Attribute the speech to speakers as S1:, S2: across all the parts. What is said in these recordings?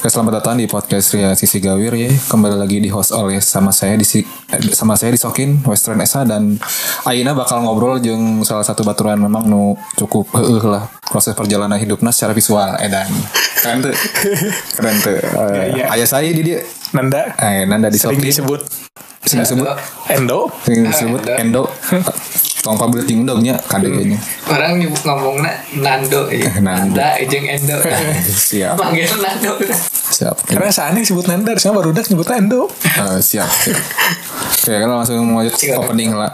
S1: Oke, selamat datang di podcast Ria Sisi Gawir ya. Kembali lagi di host oleh sama saya di si- eh, sama saya di Sokin Western Esa dan Aina bakal ngobrol jeung salah satu baturan memang nu cukup heeh lah proses perjalanan hidupnya secara visual edan. Keren tuh. Keren tuh. Eh,
S2: Iya, iya.
S1: Ayah saya di dia.
S2: Nanda
S1: Eh, Nanda di
S2: sering Nah,
S1: Sokin.
S2: disebut
S1: Sing disebut
S2: Endo
S1: sing disebut Endo. Tong pabrik jeung undangnya kadegenya.
S3: orang nyebut ngomongnya Nando ya.
S1: Eh, Nando.
S3: Nanda jeung Endo
S1: Eh, Siap.
S3: panggil Nando
S1: Siap.
S2: karena saatnya disebut Nanda sekarang baru udah nyebutnya Endo
S1: Eh, siap. siap. Oke, kan langsung mau
S3: Silakan.
S1: opening lah.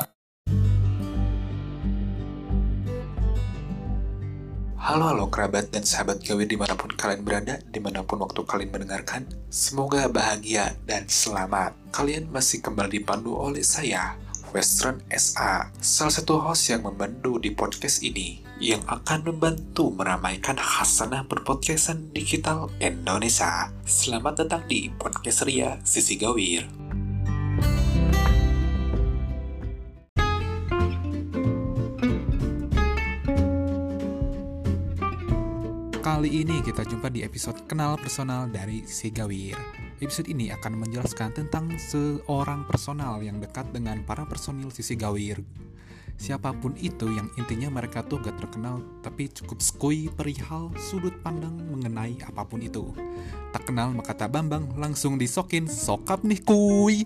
S4: Halo halo kerabat dan sahabat gawir dimanapun kalian berada, dimanapun waktu kalian mendengarkan, semoga bahagia dan selamat. Kalian masih kembali dipandu oleh saya, Western SA, salah satu host yang membantu di podcast ini, yang akan membantu meramaikan khasanah berpodcastan digital Indonesia. Selamat datang di Podcast Ria Sisi Gawir.
S5: Kali ini kita jumpa di episode Kenal Personal dari Sigawir. Episode ini akan menjelaskan tentang seorang personal yang dekat dengan para personil si Sigawir. Siapapun itu yang intinya mereka tuh gak terkenal tapi cukup skui perihal sudut pandang mengenai apapun itu. Tak kenal maka tak bambang langsung disokin sokap nih kuy.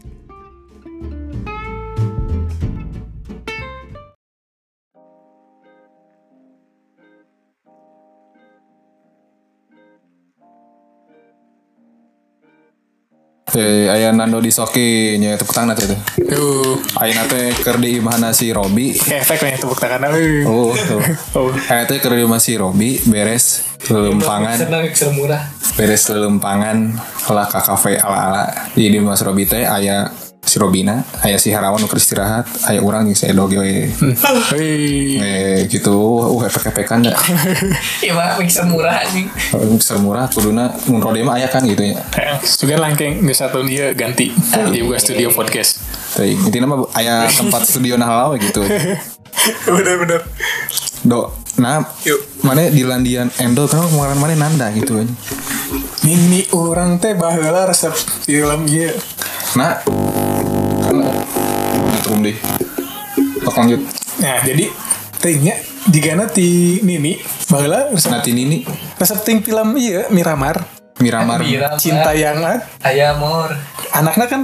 S1: Eh, aya Nando disoki nya tepuk tangan teh itu.
S2: Duh,
S1: Ayeuna teh keur di imahna si Robi.
S2: kayak efek nih tepuk tangan Eh.
S1: Oh, tuh.
S2: Oh.
S1: Aya teh keur di imah si Robi beres lelempangan,
S3: senang mixer murah
S1: beres lelempangan lah ka kafe ala-ala. Di imah si Robi teh aya si Robina, aya si Harawan keur istirahat, aya urang jeung si Edo ge.
S2: Hei.
S1: Eh, gitu. Uh, efek-efekan da.
S3: iya mah mixer murah anjing
S1: Mixer murah kuduna mun rode mah aya kan gitu ya.
S2: Eh, juga langkeng nggak satu dia ganti dia buka studio podcast
S1: Teuing. Intina mah aya tempat studio nah halawe gitu.
S2: bener-bener
S1: Do, nah, mana di Landian Endo kenapa kemarin mana Nanda gitu kan?
S2: ini orang teh baheula resep film iya. dia
S1: Nah, karena Ngetrum deh. Tok lanjut.
S2: nah jadi tehnya jika nanti Nini baheula resep,
S1: Natin ini
S2: resep ting film iya Miramar
S1: Miramar.
S3: Bira,
S2: cinta
S3: Mbak.
S2: yang ah,
S3: ayah mor
S2: anaknya kan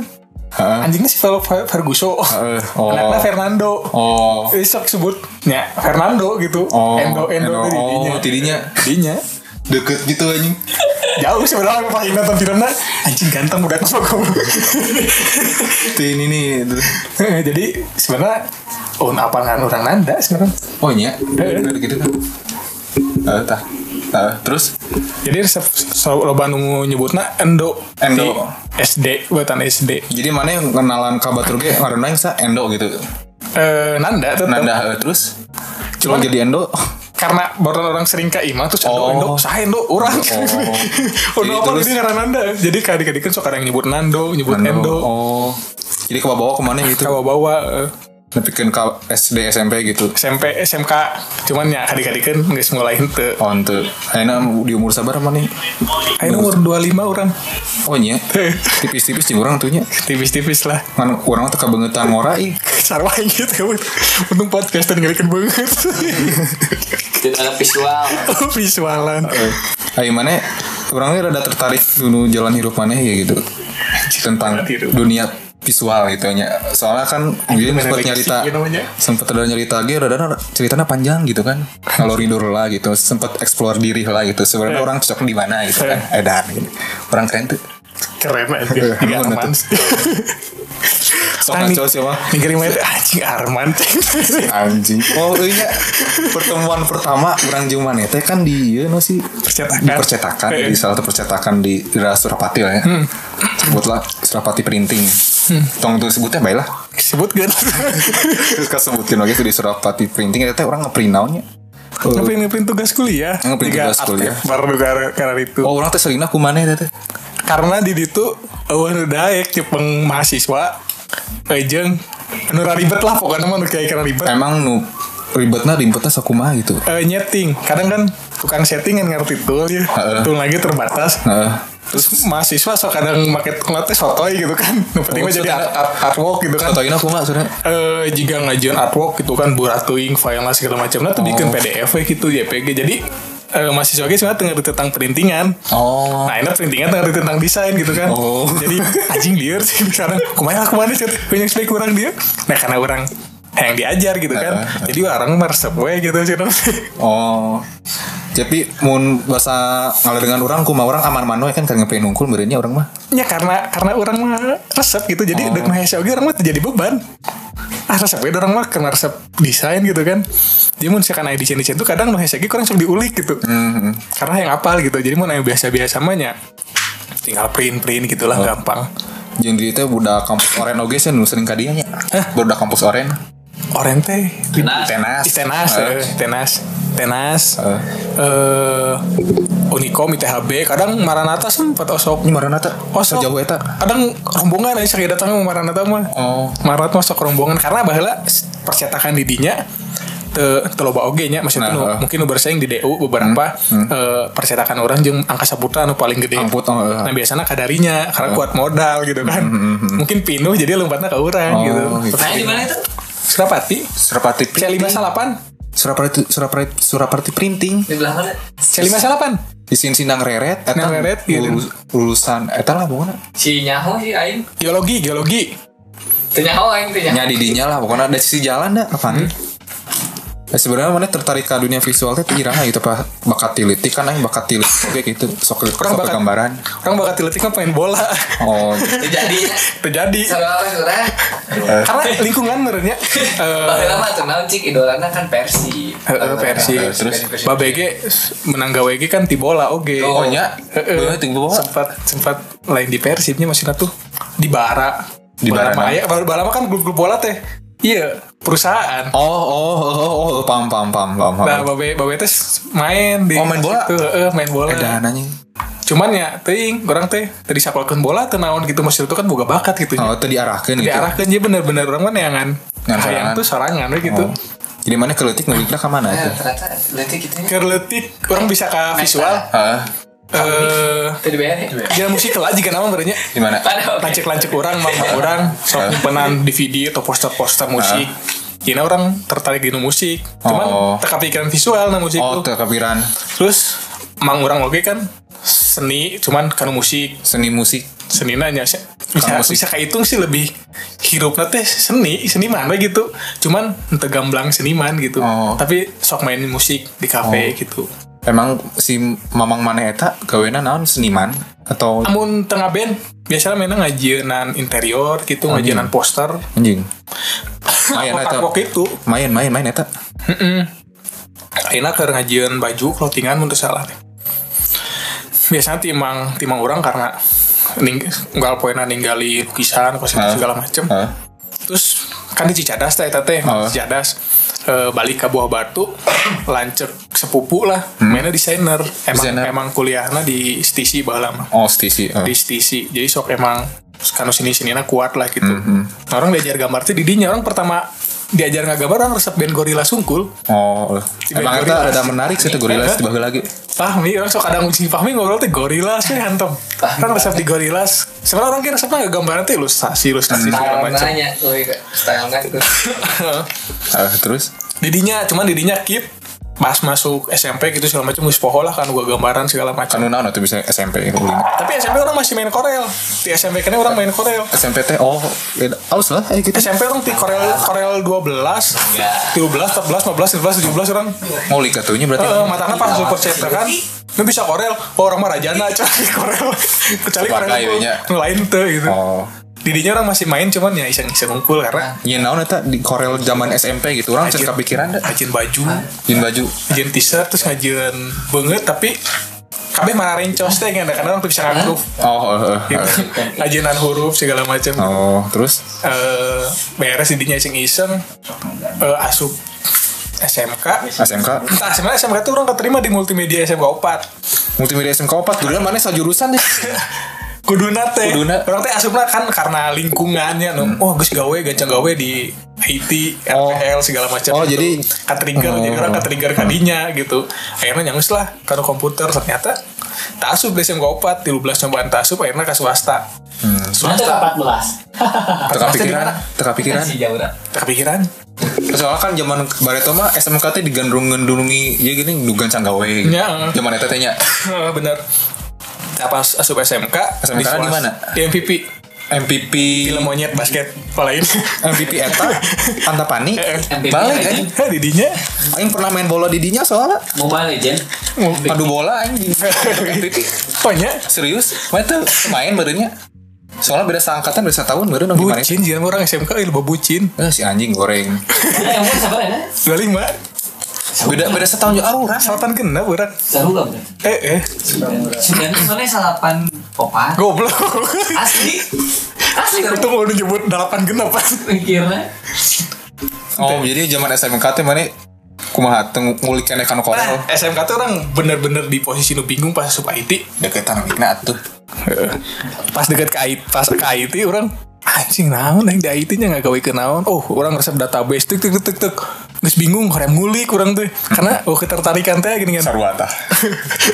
S1: Heeh.
S2: anjingnya si Fel- Fer- Ferguson
S1: Heeh. Oh.
S2: anaknya Fernando
S1: Oh.
S2: besok sebutnya Ya, Fernando gitu
S1: Oh.
S2: Endo Endo, dirinya
S1: Oh, tidinya
S2: dirinya
S1: deket gitu anjing.
S2: jauh sebenarnya pas nonton filmnya anjing ganteng udah tuh
S1: Tin ini nih. gitu.
S2: jadi sebenarnya oh apa nggak orang Nanda sebenarnya
S1: Oh iya, bener gitu kan. Eh, tah. Tah, terus
S2: jadi resep so, lo Bandung nyebutnya Endo
S1: Endo.
S2: Di SD buatan SD
S1: jadi mana yang kenalan kabar turge ngarunaing sa Endo gitu.
S2: eh Nanda tetap
S1: Nanda eh, terus cuma jadi Endo.
S2: karena baru orang sering ke Ima terus Endo
S1: Oh.
S2: Endo saya Endo orang
S1: Oh. Jadi terus-
S2: Udah apa jadi karena Nanda jadi kadang-kadang kan suka ada yang nyebut Nando nyebut
S1: Nando.
S2: Endo
S1: Oh. Jadi ke bawah kemana gitu?
S2: bawa-bawa eh,
S1: Nepikin ke SD SMP gitu.
S2: SMP SMK cuman ya kadang-kadang kan nggak mulai henteu
S1: Oh, ente. Ayeuna di umur sabar mana nih?
S2: Ayo umur 25 orang
S1: Oh nya. Tipis-tipis jeung urang tuhnya.
S2: Tipis-tipis lah
S1: Kan urang teh kabeungetan ngorai.
S2: Sarwa gitu Untung podcast dan ngerikan banget Oh,
S3: cinta visual
S2: Visualan
S1: Ayo mana ya? urang rada tertarik dulu jalan hidup mana ya gitu. Tentang
S2: Hidup.
S1: dunia visual gitu nya. Soalnya kan dia
S2: gimana
S1: sempat
S2: lagi
S1: nyarita
S2: sih gitu namanya?
S1: sempat ada nyarita ge rada ceritanya panjang gitu kan. Ngalor tidur lah gitu, sempat explore diri lah gitu.
S2: Iya.
S1: Sebenarnya orang cocok di mana gitu kan. Edan gitu. Orang keren tuh.
S2: Keren aja Tiga
S1: Bener
S2: Iya, Arman
S1: Sok ngaco sih mah.
S2: Mikirin banget Anjing Arman
S1: anjing oh iya pertemuan pertama orang jeung maneh teh kan di ieu no sih
S2: Percetakan. Iya.
S1: di percetakan di salah satu percetakan di di daerah Surapati lah ya
S2: Hmm.
S1: sebutlah Surapati Printing tong tuh sebutnya baik lah
S2: Sebut kan. gak
S1: terus kasebutkeun oge tuh di Surapati Printing eta teh urang ngeprint naonnya
S2: Oh.
S1: Eh,
S2: Ngeprint-ngeprint tugas kuliah
S1: Ngeprint
S2: Tiga
S1: tugas kuliah.
S2: artef Baru gara gara itu
S1: Oh orang teh selina kumaneh teh teh.
S2: Karena di situ eh, Awan daek Jepeng ya, mahasiswa eh, Ejeng Nu ribet lah pokoknya mah nu kayak karena ribet
S1: Emang nu ribetna ribetna sakumaha gitu.
S2: Eh, nyeting kadang kan tukang setting yang ngerti tool ya
S1: Heeh.
S2: tool lagi terbatas
S1: Heeh.
S2: Terus mahasiswa so kadang pakai ngelatih sotoy gitu kan. Yang penting mah jadi art, art- artwork gitu kan.
S1: Contohin aku mah sudah.
S2: eh jika ngajuin artwork gitu kan buratuing file lah segala macam nah tuh bikin PDF we gitu JPG jadi eh, mahasiswa ge sebenarnya tengah tentang perintingan
S1: Oh.
S2: Nah ini printingan tengah tentang desain gitu kan
S1: Oh.
S2: Jadi anjing liar sih sekarang Kemana kemana sih Punya spek kurang dia Nah karena orang yang diajar gitu kan Jadi orang meresep we gitu sih
S1: Oh. Tapi mun bahasa ngalir dengan orang ku mah orang aman manoe kan kan ngeprint unggul berinya orang mah.
S2: Ya karena karena orang mah resep gitu Jadi
S1: Oh.
S2: dek mahasiswa ge orang mah teu jadi beban Ah resep we orang mah karena resep desain gitu kan Jadi mun misalkan aya desain-desain tuh kadang mahasiswa ge kurang sok diulik gitu
S1: Hmm.
S2: karena yang apal gitu jadi mau yang biasa-biasa mahnya tinggal print print
S1: Oh.
S2: gitulah gampang
S1: Jeung dieu teh budak kampus oren oge sih nu sering ka dieu nya. Budak kampus oren.
S2: oren teh
S3: Tenas.
S1: Tenas.
S2: Ih, tenas
S1: Eh.
S2: eh, tenas tenas
S1: Eh.
S2: eh unikom ithb kadang maranata sempat osok
S1: Ini marana teh.
S2: osok
S1: jauh eta.
S2: kadang rombongan aja sakit datang sama maranata mah
S1: Oh.
S2: marat masuk rombongan karena bahala percetakan di dinya te, te loba oge nya maksudnya
S1: Nah, Hmm.
S2: nu-
S1: heeh.
S2: mungkin nu bersaing di DU beberapa eh, percetakan orang jeung angkasa putra anu paling gede
S1: Amput, oh, heeh.
S2: nah biasanya kadarinya karena
S1: Hmm.
S2: kuat modal gitu kan mungkin pinuh jadi lompatnya ke orang
S1: Oh,
S2: gitu
S1: gitu.
S3: Nah, di mana itu?
S2: Surapati
S1: Surapati
S2: C58
S1: Surapati Surapati Surapati printing.
S3: Di belah mana?
S2: C58
S1: Di sini sindang reret eta
S2: Nang reret, iya.
S1: urus- urusan eta lah pokoknya.
S3: Si nyaho sih aing.
S2: geologi geologi
S3: Teu nyaho aing teu nyaho.
S1: Nya di dinya lah pokoknya ada sisi jalan dah apa
S2: Hmm.
S1: nih? Nah, sebenarnya mana tertarik ke dunia visual teh pirang gitu pak bakat tilitik kan aing bakat tilitik oke gitu sok
S2: Kurang
S1: sok
S2: bakat-
S1: gambaran
S2: orang bakal tiletik mah pengen bola
S1: oh
S3: Teu jadi.
S2: terjadi
S3: Sarua apa sarua?
S2: karena lingkungan menurutnya eh,
S3: Baheula mah teu naon cik idolana kan Persi. Eh,
S2: Heeh, Persi.
S1: terus?
S2: Babege menang GWG kan ti bola oge.
S3: Oh,
S1: nya?
S2: Heeh.
S1: Babege ti bola.
S2: Sempat sempat lain di Persibnya masih tuh di Bara.
S1: Di Bara mah.
S2: mah aya. Bara Bara mah kan grup-grup bola teh. Iya, perusahaan.
S1: oh oh oh, oh, oh pam pam pam pam pam.
S2: Nah, Babe Babe teh main di
S1: Oh, main bola?
S2: situ. Heeh, main bola.
S1: ada nanya
S2: Cuman ya teuing orang teh tadi sakolkeun bola teu naon gitu masih tuh kan boga bakat gitu.
S1: oh itu diarahkan gitu
S2: Diarahkan je bener-bener orang mah neangan.
S1: Ngan sorangan.
S2: Hayang tuh Eh. sorangan we gitu.
S1: Oh. jadi mana kelitik nuliknya ke mana
S3: Nah,
S1: itu
S3: ternyata letik gitu nya.
S2: Kerletik orang bisa ke visual.
S1: ah
S2: Eh,
S3: Teu dibayar ya?
S2: jalan musik lah jika nama berenya.
S1: di mana
S3: Padahal oke.
S2: lancik-lancik orang mah orang sok nyimpenan DVD atau poster-poster musik Gina orang tertarik di nu musik cuman
S1: Oh.
S2: teka pikiran visual na musik
S1: oh
S2: tuh.
S1: kepikiran
S2: terus mang orang oke kan seni cuman kan musik
S1: seni musik
S2: seni nanya sih. bisa
S1: Kan musik.
S2: bisa kehitung sih lebih hirupna teh seni seniman we gitu cuman ente gamblang seniman gitu
S1: Oh.
S2: tapi sok main musik di kafe gitu
S1: emang si mamang mana eta gawena naon seniman atau
S2: namun tengah band biasanya mainnya ngajienan interior gitu ngajienan poster
S1: anjing Ah, iya, nah, main eta
S2: artwork Iya, nah, itu
S1: main main main eta
S2: Aina keur ngajian baju clothingan mun teu salah teh. Biasanya timang timang orang karena ning, unggal poena ninggali lukisan kosong
S1: Ah.
S2: segala macem
S1: ah
S2: terus kan di Cicadas teh eta teh
S1: Ah.
S2: Cicadas eh, balik ke Buah Batu lancek sepupu lah mainnya desainer emang
S1: Hmm. Desainer.
S2: emang kuliahnya di STC baheula mah
S1: oh stisi ah.
S2: di STC jadi sok emang kanu sini sininya kuat lah gitu
S1: Hmm,
S2: Nah, orang diajar gambar tuh didinya orang pertama diajar nggak gambar orang resep band gorila sungkul
S1: Oh, emang
S2: Gorillaz.
S1: kita ada menarik sih itu Gorillaz
S2: Eh?
S1: dibagi lagi.
S2: Fahmi, orang suka kadang si Fahmi ngobrol teh gorilas teh hantem. Kan resep di gorilas. Sebenarnya orang kira resepnya nggak gambaran teh ilustrasi, ilustrasi segala
S3: Style
S2: macam.
S3: nanya, euy, style nanya tuh.
S1: Ah, terus?
S2: didinya, cuman didinya keep pas masuk SMP gitu segala macam geus poho lah kan gua gambaran segala macam.
S1: Kan naon atau bisa SMP itu beli.
S2: Tapi SMP orang masih main korel. Di SMP kan orang main korel.
S1: SMP teh oh beda. Aus lah eh gitu.
S2: SMP orang di korel korel 12, 13, 14, 15, 17 17 orang.
S1: Ngulik katunya berarti.
S2: Heeh, matanya pas super cetak kan. Lu bisa korel, oh orang mah rajana cari korel. Kecuali korel
S1: Sebagai
S2: itu
S1: nya.
S2: lain tuh gitu.
S1: Oh.
S2: didinya orang masih main cuman ya iseng-iseng ngumpul
S3: Nah.
S2: karena
S1: Ya naon eta di korel zaman SMP gitu orang cerita pikiran dah.
S2: ngajin baju
S1: Jin baju.
S2: ngajin t-shirt terus ngajin banget tapi kabeh mana rencos teh kan karena orang tuh bisa ngaruh
S1: Oh, eh, eh,
S2: Iya.
S1: eh.
S2: ngajinan huruf segala macam
S1: Oh, terus
S2: Eh, beres didinya iseng-iseng eh, asup SMK
S1: SMK
S2: Entah sebenarnya SMK tuh orang keterima di multimedia SMK 4
S1: multimedia SMK 4 duluan mana sajurusan deh.
S2: Kuduna teh
S1: Kuduna.
S2: Orang teh asupna kan karena lingkungannya no. Wah gus gawe gancang gawe di Haiti,
S1: Hmm. Oh.
S2: RPL segala macam
S1: Oh,
S2: gitu.
S1: jadi-
S2: Katrigger, jadi
S1: Oh.
S2: orang katrigger kadinya gitu Akhirnya nyangus lah karena komputer ternyata Tasub di SMK 4 di 12 nyobaan tasub akhirnya ke swasta
S1: Hmm.
S2: swasta
S6: Ada 14.
S1: teka
S2: Pasti di
S1: pikiran
S2: mana?
S1: teka pikiran
S3: Si Jaura.
S2: kepikiran
S1: soalnya kan zaman bareto mah SMK teh digandrung-gandrungi ya gini dugan canggawe gitu.
S2: Ya.
S1: zaman eta teh nya
S2: bener Nah, pas asup SMK
S1: SMK -nya di
S2: swasta.
S1: mana?
S2: di MPP
S1: MPP
S2: film monyet basket lain
S1: MVP eta Antapani
S2: Eh,
S3: MVP
S1: balik
S3: aja.
S1: anjing
S2: Hah, didinya
S1: aing pernah main bola di dinya soalnya
S6: Mobile Legend.
S2: Oh,
S1: padu bola anjing MVP
S2: pokoknya
S1: serius main tuh main barunya soalnya beda seangkatan beda setahun baru nang gimana
S2: bucin jangan orang SMK lebih bucin
S1: Eh, si anjing goreng
S6: Mana yang mana sabar ya?
S2: Galih mah
S1: beda beda setahun juga aruh rasa
S2: selatan kena orang
S6: Sarulam. kan?
S2: eh eh
S6: Sudah.
S3: Mana salapan popat?
S2: goblok
S3: Asli. Asli kan?
S2: itu mau nyebut delapan genap
S3: Mikirnya.
S1: oh jadi zaman SMK teh mana kumaha teu ngulik keneh kana
S2: Nah,
S1: korel
S2: SMK tuh orang bener-bener di posisi nu bingung pas sub IT
S1: deketan mikna atuh
S2: pas deket ke IT pas ke IT orang anjing naon yang di IT nya nggak gawe ke naon oh orang resep database tuk tuk tuk tuk Terus bingung orang ngulik orang tuh karena oh ketertarikan teh gini kan
S1: sarua tah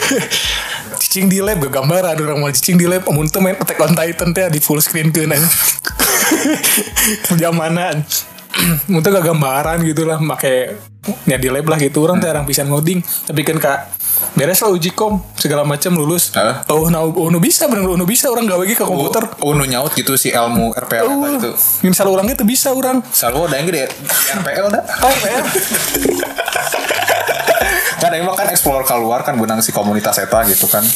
S2: cicing di lab gak gambaran orang mau cicing di lab amun teu main Attack on Titan teh di full screen kan jamanan Muntah gak gambaran gitu lah make ya di lab lah gitu orang teh orang pisan ngoding tapi kan kak beres lah uji kom segala macam lulus
S1: Heeh.
S2: oh nah oh nu bisa bener oh nu bisa orang gawe ge ke komputer
S1: oh nu nyaut gitu si ilmu RPL eta
S2: Uh,
S1: gitu
S2: misalnya orang itu bisa orang
S1: sarua da yang gede RPL da
S2: oh, ya.
S1: kan aing mah kan explore keluar kan benang si komunitas eta gitu kan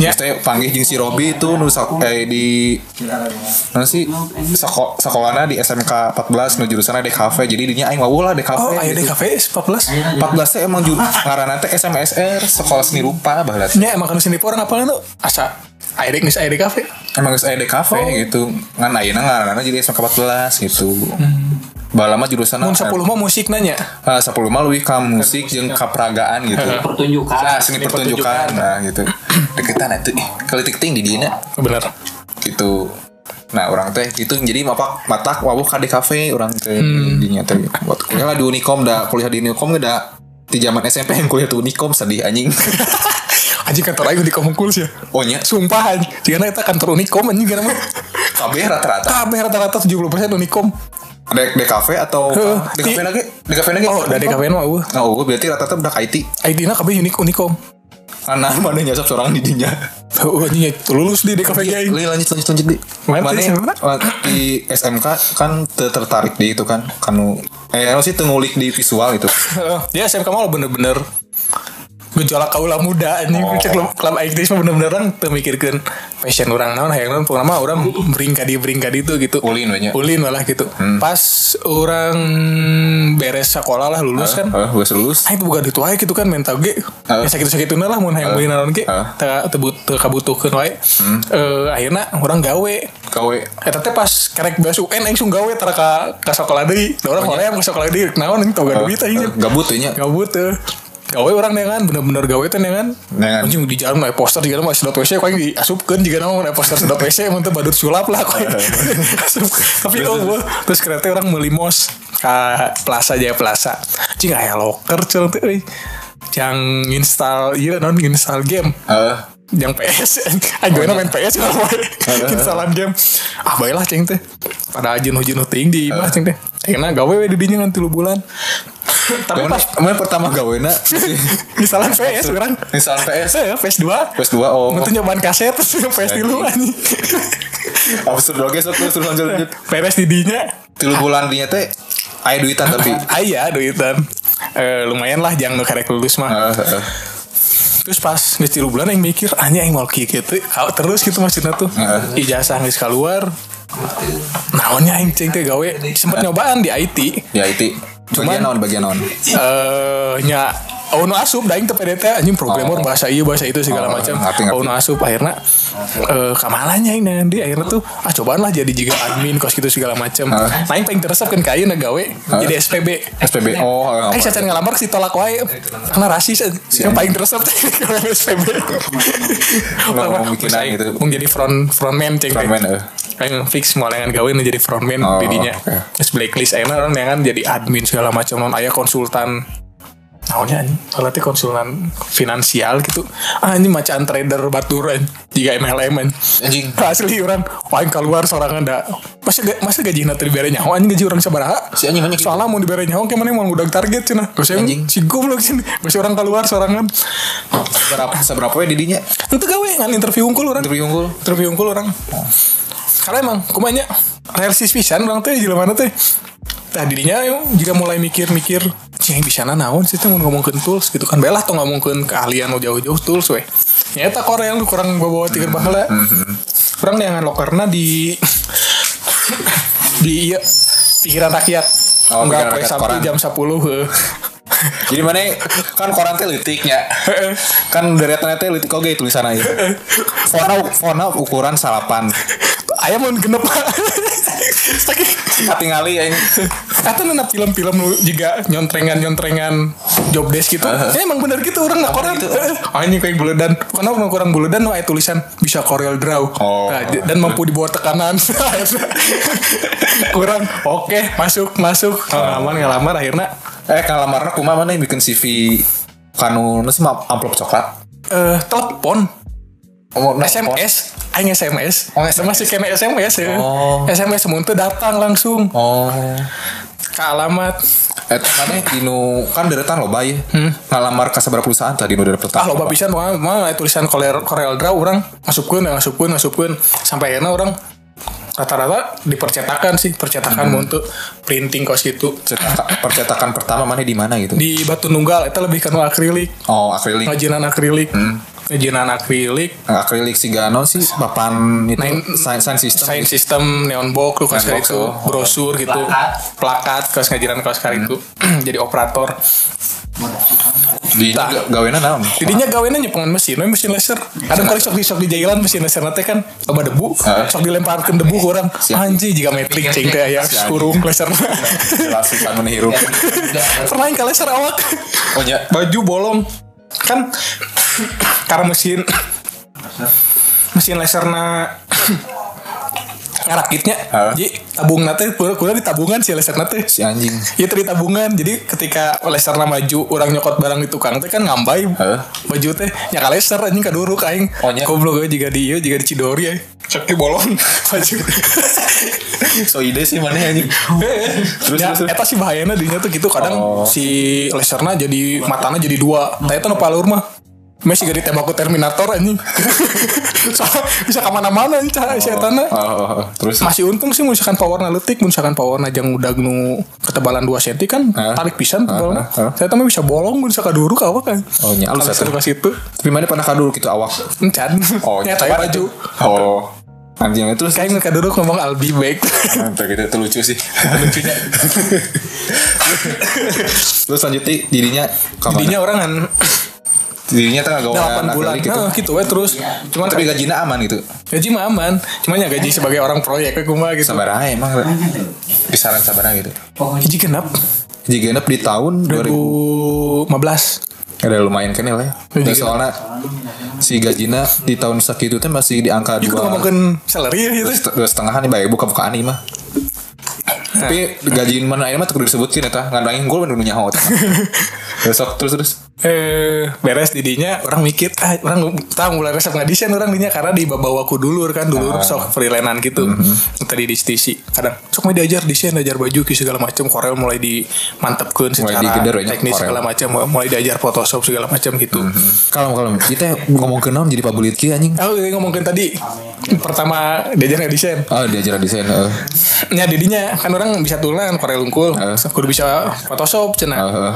S2: Ya.
S1: Terus teh panggil jeung si Robi itu nu sak- eh, di mana sih seko, sekolahna di SMK 14 nu jurusanna DKV jadi dinya aing wawulah DKV
S2: oh ayah di
S1: gitu.
S2: kafe 14
S1: 14 teh emang jur ngaranna teh SMSR sekolah seni rupa baheula teh.
S2: ya emang kan sini orang apa tuh asa ayah di ayah di kafe
S1: emang geus aya DKV gitu ngan ayeuna ngaranna jadi SMK 14 gitu Balama jurusan
S2: mun 10 mah musik nanya
S1: Ah, sepuluh mah lebih ke musik jeung kapragaan gitu.
S6: Pertunjukan.
S1: Nah, seni pertunjukan nah gitu. Deketan itu ih, kelitik ting di dieu na.
S2: bener
S1: gitu nah orang teh itu jadi mapak matak wabuh ka di kafe orang teh dinya teh buat kuliah lah di Unicom dah kuliah di Unicom udah di zaman SMP yang kuliah di Unicom sedih anjing
S2: anjing kantor aing di komengkul sih ya.
S1: oh nya
S2: sumpah anjing jika kita kantor unikom anjing karena mah
S1: kabeh rata-rata
S2: kabeh rata-rata 70% unikom
S1: ada di kafe atau
S2: Heeh.
S1: di kafe lagi di kafe lagi
S2: oh dari kafe mah eueuh
S1: Oh, berarti rata-rata budak IT
S2: ID na kabeh unik unikom
S1: Karena Nah, mana nyasap seorang di dinya
S2: Heuh Oh, anjing itu Iya, lulus di di kafe aing
S1: Li, lanjut lanjut lanjut di
S2: Mana
S1: Mana
S2: tadi sebenarnya?
S1: eh, di SMK kan teu tertarik di itu kan Kanu Eh lu sih tengulik di visual itu
S2: Heeh. dia SMK mah bener-bener gejolak kaula muda anjing
S1: Oh.
S2: oh. klub klub aing teh mah bener-bener orang teu mikirkeun passion urang naon hayang naon pokona mah urang bring ka dieu, bring ka dieu tuh gitu
S1: Ulin we nya.
S2: ulin malah gitu pas orang beres sekolah lah lulus kan
S1: Eh, gue lulus
S2: Aing bukan itu aja gitu kan mental ge.
S1: Heeh.
S2: Ya sakit-sakit lah mun hayang beli naon ge.
S1: Heeh. Hmm.
S2: Teu teu- teu kabutuhkeun wae. Eh akhirna urang gawe.
S1: Kawe
S2: Eta teh pas karek beas UN aing sung gawe tara ka ka sekolah deui.
S1: Oh,
S2: Da urang hoream ka sekolah deui. Naon aing toga duit aing.
S1: Eh, Gabut nya
S2: Gabut teh. ya. Gawe orang nengan, bener-bener gawe teh nengan.
S1: Nengan.
S2: Anjing di jalan mah poster juga mah sedot WC kau yang diasupkeun juga nama mah poster sedot WC mun teu badut sulap lah kau. Asup. Tapi oh gua Eh. terus kereta orang meuli mos ka Plaza Jaya Plaza. Cing aya loker cenah teh euy. Yang install ieu non install game
S1: Eh,
S2: yang PS ayo gue main PS lah boy instalan game ah baiklah ceng teh pada ajun hujun ting di mah ceng teh akhirnya gawe we didinya ngan kan, tilu bulan tapi
S1: Cuman,
S2: pas
S1: cuman pertama gawena
S2: instalan PS orang
S1: Instalan PS.
S2: Eh, PS 2
S1: Plus 2 oh
S2: Mungkin nyobaan kaset terus PS tilu anjing
S1: Absurd oke so terus terus lanjut lanjut
S2: PS didinya
S1: Tilu bulan dinya teh Aya duitan tapi
S2: Aya duitan iya, Eh, lumayan lah jangan nu karek lulus mah
S1: Eh, eh,
S2: terus pas geus tilu bulan yang mikir anya yang mau kieu teh Kau terus gitu maksudnya tuh
S1: Heeh.
S2: ijazah geus keluar naonnya aing ceng teh gawe sempat nyobaan di IT
S1: Ya itu Bagian naon bagian naon
S2: eh nya Ono asup daing teh PDT anjing
S1: Oh.
S2: programmer bahasa ieu bahasa itu segala
S1: Oh,
S2: macam.
S1: ngerti, ngerti.
S2: Ono asup akhirnya eh kamalanya ini nanti akhirnya tuh ah cobaan lah jadi juga admin kos gitu segala macam.
S1: Ah.
S2: Nah, yang paling teresep kan kayu nagawe jadi SPB.
S1: SPB Oh eh, apa?
S2: Eh, saya ngelamar sih tolak wae. Karena rasis eh. yang paling teresep teh orang SPB.
S1: ngomong bikinan
S2: Saya
S1: gitu.
S2: Mung jadi front frontman ceng.
S1: Frontman, eh.
S2: Kan fix mau lengan gawe nu jadi frontman
S1: Oh,
S2: didinya. eh,
S1: oke.
S2: ya kan, Terus blacklist ayeuna orang lengan jadi admin segala macam non aya konsultan Tahunnya anjing. Soalnya konsultan finansial gitu. Ah ini macan trader baturan. Jika MLM an.
S4: Anjing.
S2: Asli orang. Wah keluar seorang ada. Masih ga- masih gaji nanti diberi nyawa anjing gaji orang sabaraha.
S4: Si anjing banyak gitu.
S2: Soalnya mau diberi nyawa kayak mana mau udah target cina. Gue sih nah.
S4: Anjing.
S2: si goblok cina. Gue orang keluar seorang kan.
S1: Seberapa seberapa ya didinya?
S2: Itu gawe ngan interview unggul orang.
S1: Interview unggul.
S2: Interview unggul orang. Karena emang kumanya realistis pisan orang teh jelema mana teh. Tah dirinya jika mulai mikir-mikir cing bisa naon sih teh mau ngomongkeun tools gitu kan belah tong ngomongkeun keahlian nu jauh-jauh tools we. Nyata Korea lu kurang bawa
S1: Hmm.
S2: tiga bahala. Kurang neangan lokerna di di iya pikiran rakyat.
S1: Oh,
S2: Enggak
S1: pikiran
S2: poe
S1: rakyat
S2: Sabtu
S1: koran.
S2: jam 10 heuh.
S1: Jadi mana kan koran teh leutiknya. kan dari teh leutik oge tulisan aja. Fona fona ukuran salapan.
S2: Aya mun genep. Saking
S1: Katingali aing.
S2: Atau nana film-film lu juga nyontrengan-nyontrengan job desk gitu. Ya, emang bener gitu orang nggak koran. Heeh. Anjing kayak buledan. Karena orang kurang buledan no aya tulisan bisa Corel Draw.
S1: Oh.
S2: Nah, j- dan mampu di bawah tekanan. kurang. Oke, masuk, masuk. Ngalaman ngalamar akhirnya
S1: Eh kalamarna kumaha mana yang bikin CV kanu nu sih mah amplop coklat.
S2: eh telepon
S1: Oh, nah,
S2: SMS aing SMS
S1: Oh, SMS.
S2: masih kena SMS ya
S1: Oh.
S2: SMS muntah datang langsung
S1: Oh.
S2: ke alamat
S1: Eh mana dinu kan deretan loba ya. Ngalamar ka sabar perusahaan tadi nu deretan.
S2: Hmm. ah loba pisan mah mah aya tulisan Corel Corel Draw orang masukkeun masukkeun masukkeun sampai akhirnya orang rata-rata dipercetakan sih percetakan
S1: Hmm.
S2: untuk printing kos gitu
S1: Cetaka- percetakan pertama mana di mana gitu.
S2: di batu nunggal itu lebih karena akrilik
S1: Oh, akrilik. Nah,
S2: ngajinan akrilik
S1: Hmm.
S2: ngajinan akrilik
S1: Akrilik si Ganon sih papan itu
S2: Nine-
S1: sign, sign system.
S2: sign system neon box tuh kos
S1: Neon box,
S2: itu
S1: oh. Hmm.
S2: brosur gitu
S3: Plakat.
S2: plakat kos ngajinan kos kali itu gitu. jadi operator
S1: di
S2: Tah.
S1: ga- gawena naon?
S2: jadinya gawennya nyepengan mesin we mesin laser kadang kali sok di sok di jailan mesin laser nanti kan loba debu
S1: Heeh.
S2: sok dilemparkan debu ke orang
S1: Si anjing.
S2: anjing jika metrik cing teh ya
S1: Si anjing.
S2: kurung laser
S1: Jelas susah meniru.
S2: Iya. perlain ke laser awak
S1: Oh ya,
S2: baju bolong kan karena mesin mesin laser na ngarakitnya
S1: Heeh.
S2: jadi tabung nate kurang di tabungan si laser nate
S1: si anjing.
S2: Iya teri tabungan jadi ketika laserna maju orang nyokot barang di tukang teh kan ngambai
S1: Heeh.
S2: baju teh nyaka laser anjing kaduruk aing
S1: Oh, nya.
S2: goblok euy jiga di ieu jiga di Cidori aing cek di bolong baju
S1: So ide sih mana Oh, anjing.
S2: terus
S1: terus, terus.
S2: Ya, eta sih bahayana dinya tuh gitu kadang
S1: Oh.
S2: si laserna jadi matana jadi dua tah eta nu paleur mah Messi gak ditembak ku Terminator anjing Soalnya bisa kemana-mana anjing cah si etana
S1: Oh, oh, oh. terus
S2: masih untung sih misalkan powerna letik misalkan powerna jang udah nu ketebalan 2 cm kan
S1: Hah?
S2: tarik pisan tebalna
S1: hah, hah.
S2: saya tambah bisa bolong bisa kaduru kawa kan
S1: Oh, nya, alus
S2: Kalau
S1: atuh.
S2: seru pas itu
S1: tapi mana pernah kadul gitu awak.
S2: encan
S1: Oh,
S2: nyata
S1: coba
S2: baju
S1: itu. Oh. Anjing terus
S2: kayak nggak kaduru ngomong I'll be back
S1: Sampai gitu itu lucu sih. Lucunya. terus lanjutin dirinya
S2: jadinya orang kan
S1: dirinya tengah gawain
S2: 8 bulan
S1: gitu.
S2: nah, gitu we terus cuman
S1: Tapi gajinya aman gitu.
S2: gaji mah aman cuman ya gaji sebagai orang proyek kayak kumaha gitu
S1: Sabar aja emang Kisaran sabar aja gitu
S2: gaji genap
S1: Jika genep di tahun 2000
S2: 2015
S1: Ada lumayan kan ya
S2: Jadi
S1: Soalnya Si Gajina Di tahun segitu tuh masih di angka
S2: itu
S1: dua
S2: ngomongin salary ya gitu
S1: Dua setengah nih baik Buka-bukaan nih mah Tapi gaji mana ini mah Tuh disebutin ya tah Ngandangin gue Menurut nyaho tah. Besok terus terus
S2: eh beres didinya orang mikir ah orang tahu mulai resep ngadisen orang dinya karena di bawaku dulur kan dulur sok freelanan gitu tadi di stisi kadang sok mau diajar desain diajar baju ki segala macam korel mulai dimantepkeun secara
S1: digeder ya,
S2: teknis
S1: Corel. Mhm.
S2: segala macam mulai diajar Photoshop segala macam gitu
S1: Kalau kalau kita ngomong ke naon jadi pabulit kia anjing
S2: aku ngomongin tadi pertama diajar ngedesain
S1: Oh diajar desain heeh.
S2: nya didinya kan orang bisa tulang korel unggul
S1: Heeh.
S2: kudu bisa Photoshop cenah
S1: Heeh.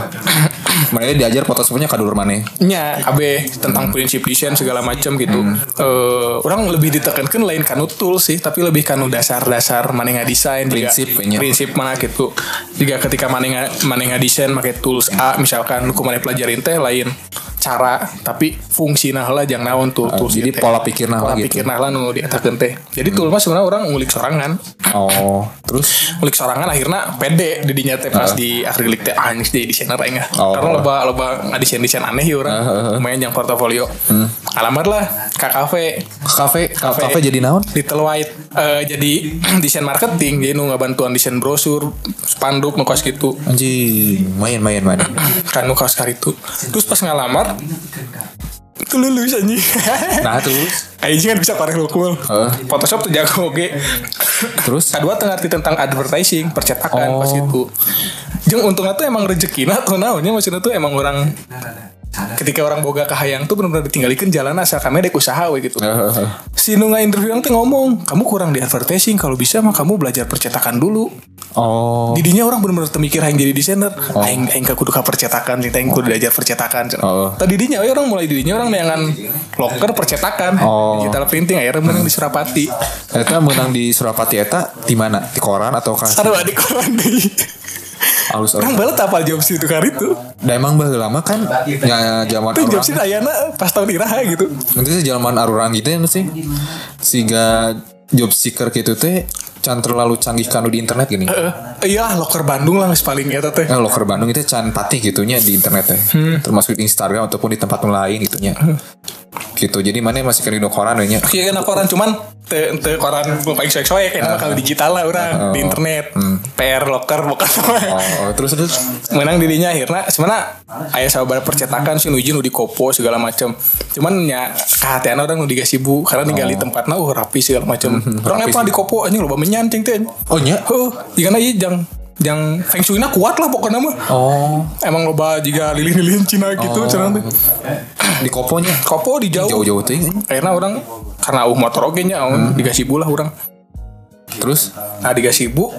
S1: Mana ini eh. diajar foto semuanya kadur mana Eh,
S2: nya
S1: Iya.
S2: abe tentang prinsip desain segala macam gitu.
S1: Hmm.
S2: Eh orang lebih ditekankan lain kanu tool sih, tapi lebih kanu dasar-dasar maninga desain
S1: Prinsip,
S2: juga,
S1: iya.
S2: prinsip mana gitu. Jika ketika maninga maninga desain pakai tools A misalkan ku mana pelajarin teh lain cara tapi fungsi nahla jangan naon tool
S1: Oh,
S2: tools
S1: jadi
S2: gitu.
S1: pola pikir nahla
S2: pola
S1: gitu. Hmm.
S2: pikir nahla nu diatakeun teh jadi tool mah sebenarnya orang ngulik sorangan
S1: Oh Terus
S2: ngulik sorangan akhirnya pede didinya teh pas di akrilik teh anjing jadi desainer aing ah.
S1: Oh.
S2: karena loba loba ngadesain desain aneh ya orang main yang portofolio alamat lah ke kafe
S1: Kafe
S2: Kafe.
S1: Kafe jadi naon
S2: Little White eh, jadi desain marketing jadi nu ngabantuan desain brosur spanduk nu kaos gitu
S1: Anjing, main main main.
S2: kan nu kaos kari itu terus pas ngalamar itu lulus anjing
S1: Nah terus,
S2: Aji kan bisa parek lokal Photoshop tuh jago oke
S1: terus
S2: Kedua tengah arti tentang advertising Percetakan
S1: Oh.
S2: pas itu Jeng untungnya tuh emang rezeki nah, tuh naonnya Maksudnya tuh emang orang Ketika orang boga kahayang tuh benar-benar ditinggalkan jalan asal kami dek usaha we gitu.
S1: Heeh.
S2: Si nu interview yang tuh ngomong, kamu kurang di advertising kalau bisa mah kamu belajar percetakan dulu.
S1: oh.
S2: Didinya orang benar-benar temikir aing jadi desainer, aing aing kudu ka percetakan, cinta aing kudu belajar percetakan. cenah.
S1: Oh.
S2: Tadi didinya we orang mulai didinya orang neangan loker percetakan,
S1: Oh.
S2: digital printing akhirnya menang di Surapati.
S1: Eta menang di Surapati Eta di mana? Di koran atau kas?
S2: Sarua di koran deui.
S1: Alus
S2: Orang
S1: alus.
S2: balet apa job sih itu kali itu?
S1: Da emang bah lama kan nya zaman
S2: Itu
S1: orang.
S2: job sih ayana eh, pas tahun iraha gitu.
S1: Nanti sih zaman aruran gitu ya sih. Sehingga job seeker gitu teh can terlalu canggih kanu di internet gini.
S2: Eh, iya loker Bandung lah geus paling eta teh.
S1: Eh, loker Bandung itu can patih gitunya di internet teh. Termasuk di Instagram ataupun di tempat lain gitunya. Gitu. Jadi mana masih kena di ya? koran we nya.
S2: Iya kan koran cuman te, te koran paling soek soek kan kalau digital lah orang di internet PR locker bukan
S1: Oh, terus terus
S2: menang dirinya akhirnya sebenarnya ayah sahabat percetakan sih nuju nu di kopo segala macam cuman ya kehatian orang nu digasih bu karena tinggal di tempatnya uh rapi segala macam orang apa di kopo anjing loba menyancing teh
S1: Oh nya.
S2: Heeh, jika iya jang jang feng shui-na kuat lah pokoknya mah
S1: Oh,
S2: emang loba jika lilin-lilin Cina gitu cenah teh.
S1: di koponya.
S2: kopo di jauh
S1: Jauh-jauh ya. ting.
S2: akhirnya orang karena uh motor oge nya um, digasih bu lah orang
S1: Terus
S2: Nah di Gasibu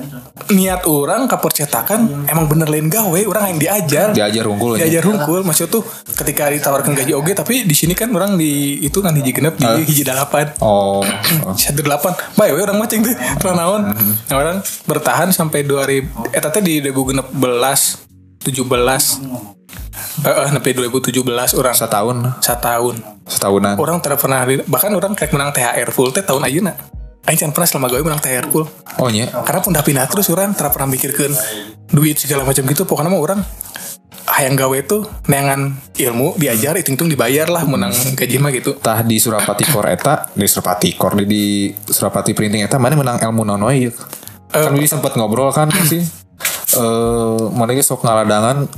S2: niat orang ke percetakan emang bener lain gawe orang yang diajar
S1: diajar unggul ya?
S2: diajar hunkul maksud tuh ketika ditawarkan gaji oge tapi di sini kan orang di itu kan hiji genep di hiji delapan
S1: Oh.
S2: satu delapan bae we orang macing tuh ternaon nah, orang bertahan sampai 2000 eh tadi di 2016 17 eh eh, sampai 2017 orang
S1: Setahun,
S2: setahun
S1: setahunan.
S2: orang tidak pernah bahkan orang kayak menang THR full teh tahun ayeuna Aing can pernah selama gawe menang THR full
S1: Oh nya.
S2: karena pindah pindah terus orang tidak pernah mikirkan duit segala macam gitu pokoknya mah orang hayang gawe tuh nengan ilmu diajar itu hitung dibayar lah menang gaji mah gitu
S1: Tah di Surapati Kor eta, di Surapati Kor di, di Surapati Printing eta mana menang ilmu naon we ieu? kan
S2: Eh,
S1: Willy sempat ngobrol kan sih. Eh, mana ge sok ngaladangan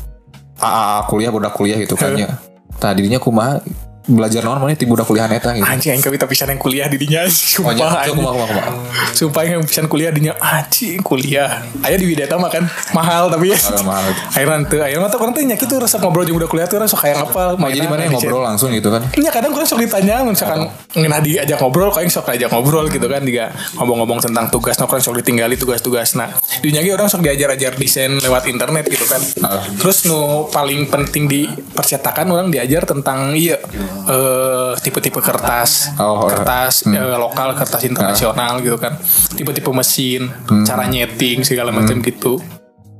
S1: AA kuliah budak kuliah gitu kan
S2: Eh.
S1: ya. Tah dirinya kumaha belajar naon mana ti budak kuliahan eta gitu.
S2: anjing yang kita pisan yang kuliah di
S1: Oh
S2: dinya
S1: nya,
S2: sumpah
S1: itu
S2: anjing.
S1: kumaha kumaha kumaha.
S2: sumpah yang pisan kuliah dinya anjing kuliah aya di Widata mah kan mahal tapi ya
S1: Mahal, gitu. mahal.
S2: akhirnya tuh akhirnya tuh orang tuh nyakit tuh resep ngobrol jeung budak kuliah tuh orang sok kayak apa
S1: Nah, jadi mana yang ngobrol langsung gitu kan.
S2: Ya kadang kurang sok ditanya misalkan ngena diajak ngobrol kau yang sok diajak ngobrol gitu kan juga ngomong-ngomong tentang tugas nah kurang sok ditinggali tugas-tugas nah dunia ge orang sok diajar-ajar desain lewat internet gitu kan terus nu paling penting di percetakan orang diajar tentang iya eh, tipe-tipe kertas
S1: Oh, eh.
S2: kertas eh, lokal kertas internasional gitu kan tipe-tipe mesin cara nyeting segala macam gitu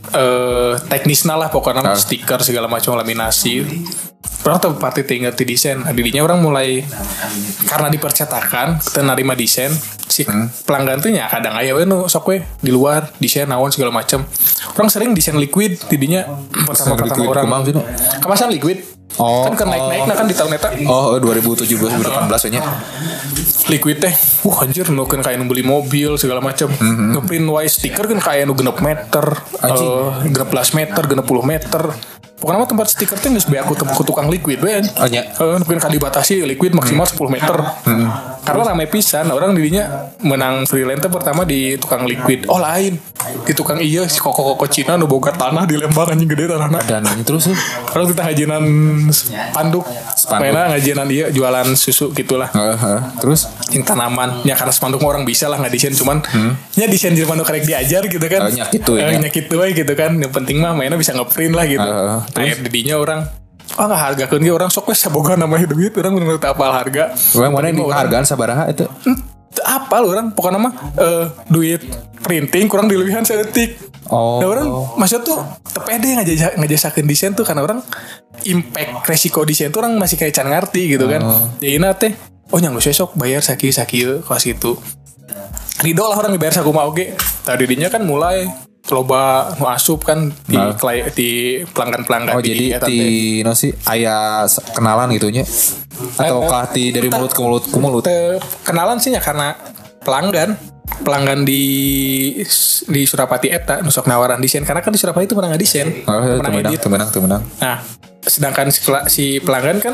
S2: eh teknisnya lah pokoknya stiker segala macam laminasi orang tuh pasti tinggal di desain Nah, didinya orang mulai karena dipercetakan kita nerima desain si
S1: Hmm.
S2: pelanggan tuh ya kadang aja we nu sok we di luar desain naon segala macam orang sering desain liquid didinya pertama pertama
S1: liquid
S2: orang
S1: kumaha maksudnya?
S2: kemasan liquid
S1: Oh,
S2: kan kan naik naik nah kan di tahun eta
S1: Oh, eh, 2017 2018 nya.
S2: liquid teh wah anjir nu kan kayak nu beli mobil segala macam ngeprint wae stiker kan kayak nu genep meter
S1: Mhm. Anjing.
S2: eh, genep belas meter genep puluh meter pokoknya mah tempat stiker teh nggak aku tem- ku tukang liquid ben
S1: Oh, Mhm. nya.
S2: Eh, mungkin kan dibatasi liquid maksimal 10 meter
S1: Mhm.
S2: karena ramai pisan orang dirinya menang freelance teh pertama di tukang liquid oh lain di tukang iya si koko koko Cina nu boga tanah di lembang anjing gede tanah
S1: Dan terus eh. sih.
S2: orang kita ngajinan panduk
S1: Spanduk.
S2: Mainan ngajinan iya jualan susu gitulah
S1: Heeh, heeh. terus
S2: yang tanaman ya karena spanduk mah orang bisa lah nggak desain cuman ya desain di spanduk karek diajar gitu kan
S1: Hmm. Eh, nya kitu,
S2: Eh,
S1: ya.
S2: nya kitu we gitu kan yang penting mah mainnya bisa ngeprint lah gitu
S1: Eh,
S2: nah ya didinya orang ah nggak harga kan orang sok wes saboga namanya ya, duit orang bener-bener tak apal harga
S1: Wah, mana ini hargaan sabaraha itu?
S2: apa orang pokoknya mah eh, duit printing kurang dilebihan seetik
S1: Oh.
S2: Nah orang maksud tuh tepede ngajaja ngajasakeun desain tuh karena orang impact resiko desain tuh orang masih kayak can ngerti gitu kan. Jadinya teh oh nyanggu sesok bayar saki saki kelas itu. Ridho lah orang dibayar sakumaha oge. Tadi dinya kan mulai loba nu asup kan di
S1: Nah.
S2: klien- di
S1: Oh
S2: pelanggan-pelanggan di
S1: jadi
S2: eta
S1: ti
S2: teh.
S1: no sih aya s- kenalan gitunya atau kah ti dari mulut ke mulut ke mulut
S2: Te- kenalan sih ya karena pelanggan pelanggan di di Surapati eta nusok nawaran desain karena kan di Surapati itu menang desain
S1: Oh, itu menang,
S2: edit.
S1: itu menang, itu menang.
S2: nah sedangkan si, pela- si pelanggan kan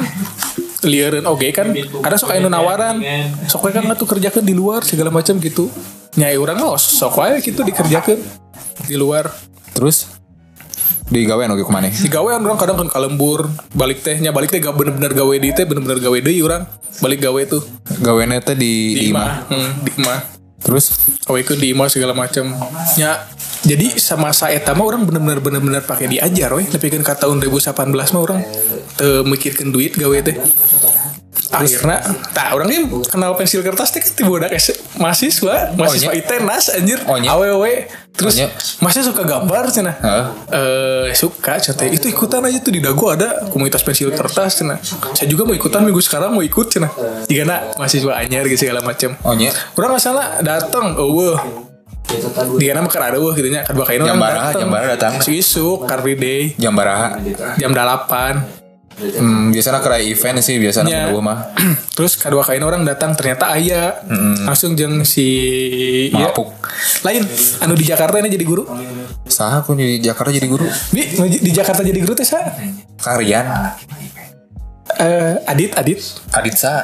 S2: lieureun oge kan ada sok anu nawaran sok we kan tuh kerjakan di luar segala macam gitu nyai urang oh sok wae gitu dikerjakan di luar
S1: Terus di gawean oke kemana?
S2: di gawean orang kadang kan kalembur balik tehnya balik teh gak bener-bener gawe di teh bener-bener gawe deui orang balik gawe tuh
S1: Gaweannya teh di, di imah.
S2: hmm, di imah
S1: Terus
S2: gawe ke Oh, di imah segala macam nya jadi sama saya mah orang bener-bener bener-bener pakai diajar weh tapi kan kata tahun 2018 mah orang teu mikirkeun duit gawe teh akhirnya tak orang ini kenal pensil kertas teh kan tiba udah mahasiswa mahasiswa
S1: Ohnya.
S2: itenas anjir
S1: Ohnya.
S2: aww terus
S1: Ohnya.
S2: masnya suka gambar cina
S1: Heeh.
S2: eh suka contoh itu ikutan aja tuh di dago ada komunitas pensil kertas cina saya juga mau ikutan minggu sekarang mau ikut cina jika nak mahasiswa anyar gitu segala macam
S1: oh nya
S2: kurang masalah datang oh weh. Dia nama kan ada wah gitu nya kedua kain
S1: Jam barah, jam barah datang.
S2: Isu Carpe Day
S1: jam baraha.
S2: jam 8.
S1: Hmm, biasanya kerai event sih biasanya
S2: Nya.
S1: yeah. mah.
S2: Terus kedua kain orang datang ternyata aya. Langsung jeung si ya.
S1: Mapuk.
S2: Lain anu di Jakarta ini jadi guru.
S1: Saha aku di Jakarta jadi guru
S2: Di di Jakarta jadi guru teh sa?
S1: karian
S2: Eh, Adit Adit.
S1: Adit sa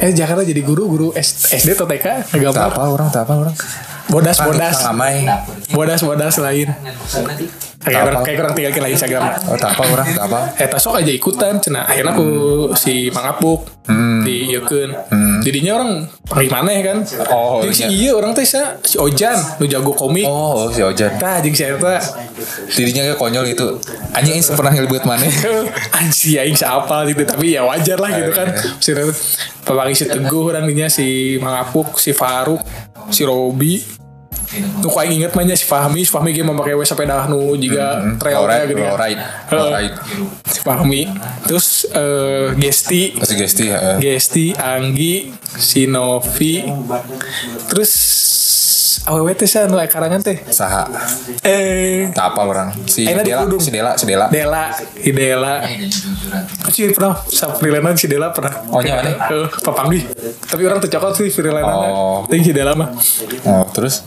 S2: Eh Jakarta jadi guru guru S- SD atau TK?
S1: tak
S2: Gambar.
S1: apa orang tak apa orang
S2: Bodas
S1: Kang-
S2: bodas.
S1: Kang Amai
S2: Bodas bodas lain. Kayak orang kayak orang tinggal ke Instagram lah.
S1: oh tak apa orang tak apa
S2: Eta sok Eh, aja ikutan cina akhirnya aku si mangapuk
S1: Hmm.
S2: di Yukun jadinya orang panggil maneh kan
S1: Oh,
S2: Jeung
S1: iya.
S2: si iya orang teh sa- si Ojan nu jago komik
S1: oh, oh, si Ojan
S2: Tah jeung si Eta
S1: dirinya kayak konyol gitu anjing ini pernah ngelibut mana
S2: Anji aing siapa gitu Tapi ya wajar lah
S1: Eh,
S2: gitu kan Si Eta Papangi si Teguh orang dinya si Mangapuk Si Faruk Si Robi Nu ku aing inget mah nya si Fahmi Si Fahmi ge memakai we sepeda
S1: Hmm,
S2: nu juga trail
S1: Lowride,
S2: gitu kan.
S1: lowride,
S2: Heeh.
S1: lowride.
S2: Si Fahmi Terus eh, Gesti
S1: sugesti heeh.
S2: Gesti, Anggi, si Novi, terus aww teh saya nu aya anu, karangan teh.
S1: saha
S2: Eh,
S1: tak apa orang si
S2: Ayeuna di
S1: Dela
S2: Kudung.
S1: si Dela si Dela
S2: Dela, si Dela. Cuy pernah, sa freelance si Dela pernah.
S1: Oh, nya mana?
S2: Eh, papanggi. Tapi orang tercokot sih freelance.
S1: Oh.
S2: Tapi si Dela mah.
S1: oh terus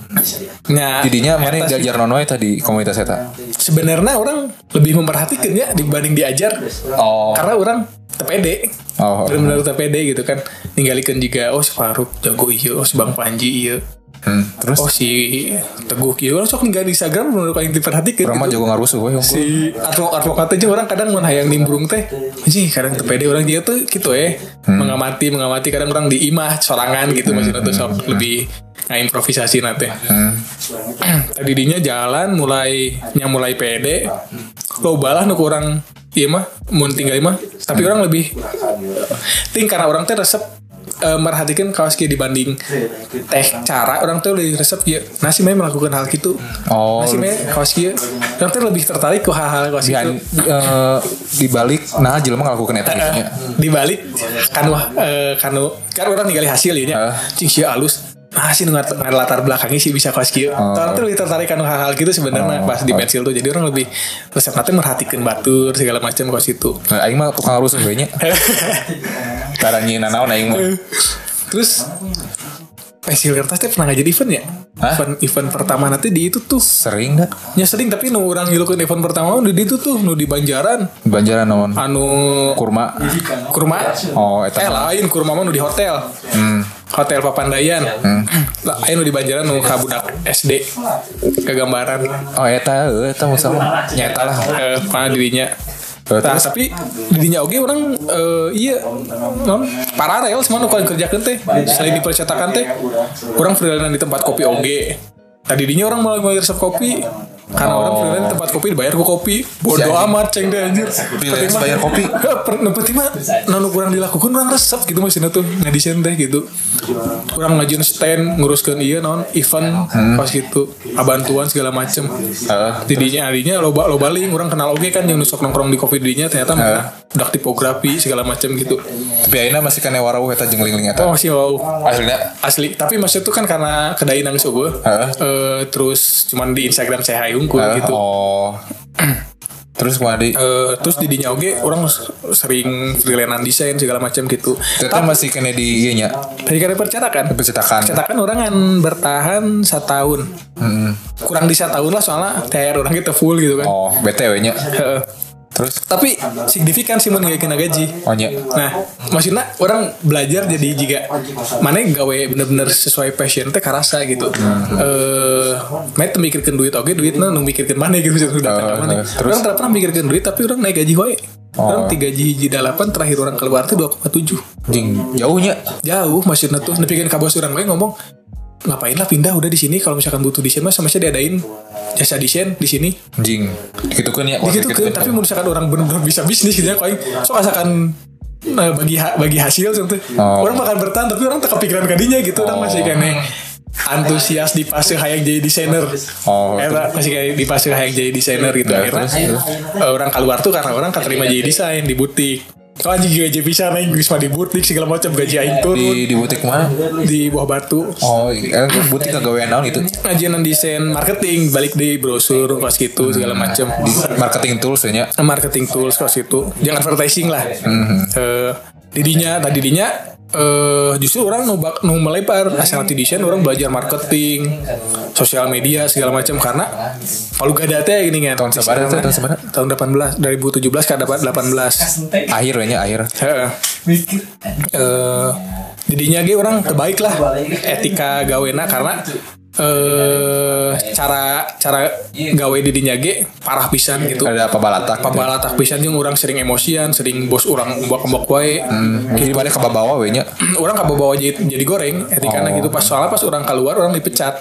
S2: Nah,
S1: jadinya mana
S2: eta sih.
S1: jajar non wae tadi komunitas eta
S2: Sebenarnya orang lebih memperhatikan ya dibanding diajar.
S1: oh
S2: Karena orang terpede.
S1: Oh.
S2: Benar-benar terpede gitu kan. Ninggalikan juga, oh si Faruk jago iya, oh si Bang Panji iya.
S1: hmm, terus
S2: Oh si Teguh Kiyo Orang sok ninggal di Instagram menurut yang diperhatikan
S1: orang mah
S2: gitu.
S1: jago ngarusuh weh unggul.
S2: Si advok advokat aja orang kadang mana yang nimbrung teh Anjing kadang terpede orang dia tuh gitu eh Mengamati mengamati kadang orang di imah Sorangan gitu maksudnya tuh sok lebih Nah improvisasi nanti Tadi dinya jalan mulai Yang mulai pede Lo balah nu kurang Iya mah Mau tinggal mah Tapi orang lebih Ting karena orang teh resep eh, merhatikan kaos kia dibanding teh cara orang tuh lebih resep ya nasi meh melakukan hal gitu
S1: oh
S2: masih gitu. meh kaos kieu. Orang teh lebih tertarik ke hal-hal kaos
S1: di,
S2: itu.
S1: eh, di balik nah jelema ngelakukan
S2: Eh,
S1: eta gitu nya.
S2: Di balik kan wah eh, kanu kan orang ningali hasil ieu nya.
S1: Heeh.
S2: Cing sia alus. Nah, sih nggak latar belakangnya sih bisa kaos kieu. Orang tuh lebih tertarik kan hal-hal gitu sebenarnya
S1: Oh.
S2: pas di pensil tuh. Jadi orang lebih resep nanti merhatikan batur segala macam kaos itu.
S1: Eh, aing mah tukang ngarusuh we nya taranyi nanaon aing mah
S2: Terus pensil kertas teh pernah ngajadi event ya?
S1: Hah?
S2: Event, event pertama nanti di itu tuh
S1: sering gak
S2: nya sering tapi nu orang ngilukeun event pertama nu di itu tuh nu di Banjaran
S1: Banjaran naon
S2: anu
S1: kurma
S2: kurma
S1: oh
S2: eh
S1: eta
S2: lain kurma mah nu di hotel
S1: Hmm.
S2: hotel Papandayan lah ayo nu di Banjaran nu ka budak SD kegambaran
S1: oh eta eh, eta masalah nyata lah
S2: eh mana dirinya
S1: Eh,
S2: Tah,
S1: terus?
S2: tapi dirinya oke orang eh, iya non paralel semua nu kalau kerjakan teh selain di percetakan teh orang freelance di tempat kopi oge tadi dinya orang mulai mulai resep kopi karena orang
S1: Oh.
S2: freelance di tempat kopi dibayar ku kopi bodoh
S1: anjing.
S2: amat ceng deh anjir
S1: Iya. Freelance bayar kopi.
S2: Nanti mah nanu kurang dilakukan kurang resep gitu maksudnya tuh ngadesain teh gitu kurang ngajuin stand nguruskan iya non event pas gitu abantuan segala macem tidinya adinya loba loba link orang kenal oke kan yang nusok nongkrong di kopi didinya ternyata mana udah tipografi segala macem gitu
S1: tapi ayeuna masih kene warawuh eta jeung lingling
S2: oh
S1: eta
S2: masih wow
S1: akhirnya
S2: asli tapi maksud tuh kan karena kedai nang eh, gue
S1: Heeh.
S2: gitu. terus cuman di Instagram saya hayungku gitu
S1: oh eh, Terus kemarin
S2: Eh, terus di dinya oge orang s- sering freelance desain segala macam gitu.
S1: Teteh kan masih kena di IG-nya.
S2: Tadi kan percetakan.
S1: Percetakan.
S2: Percetakan orang kan bertahan setahun. Kurang di setahun lah soalnya THR orang kita full gitu kan.
S1: Hmm. Oh, BTW-nya.
S2: Heeh.
S1: Terus
S2: Tapi signifikan sih mun ngayeukeun gaji.
S1: oh nya.
S2: Nah, maksudnya orang belajar jadi jika mana gawe bener-bener sesuai passion teh karasa gitu.
S1: Hmm.
S2: Eh, mana teu mikirkeun duit oke duitnya nu mikirkeun mana gitu maksudnya udah
S1: Eh,
S2: mana.
S1: eh, terus?
S2: Orang teu pernah mikirkeun duit tapi orang naik gaji wae.
S1: Oh.
S2: Orang tiga gaji hiji dalapan terakhir orang keluar tuh 2,7.
S1: Jing jauhnya.
S2: Jauh maksudnya tuh nepi kan ka bos orang wae ngomong ngapain lah pindah udah di sini kalau misalkan butuh desain mah sama saya diadain jasa desain di sini
S1: Jing. Gitu kan ya.
S2: gitu kan tapi mau misalkan orang benar-benar bisa bisnis gitu ya koin so asalkan nah, bagi ha- bagi hasil contoh
S1: Oh.
S2: orang makan bertahan tapi orang tak kepikiran kadinya gitu orang masih kene antusias di fase hayang jadi desainer
S1: Oh,
S2: Era Eh, masih kayak di fase hayang jadi desainer gitu
S1: Ya,
S2: akhirnya
S1: terus, terus.
S2: eh, orang keluar tuh karena orang keterima jadi desain di butik Oh anjing gaji bisa naik Wisma di butik segala macam gaji aing turun
S1: di di butik mana?
S2: di buah batu
S1: Oh, eh, butik kagawean naon gitu. itu.
S2: ngajian desain marketing balik di brosur kelas gitu
S1: Hmm.
S2: segala macam
S1: Di marketing tools ya nya.
S2: marketing tools kelas itu yang advertising lah
S1: Hmm.
S2: Eh, didinya tadi didinya eh, justru orang nu bak- nu melebar asal ti desain orang belajar marketing sosial media segala macam karena kalau gak ada teh gini kan
S1: Tahun sabaraha teh, tahun sabaraha?
S2: tahun 18 2017 ke 18
S1: Akhir we nya akhir.
S2: Heeh. Eh, jadinya ge orang terbaik lah etika gawena karena eh cara cara gawe didinya ge parah pisan gitu.
S1: Ada apa balatak?
S2: Pabalatak pisan jeung urang sering emosian, sering bos urang ombak-ombak wae.
S1: Jadi balik ke bawa we nya.
S2: Orang kabeh bawa jadi, jadi goreng etikana
S1: Oh.
S2: gitu pas soalnya pas orang keluar orang dipecat.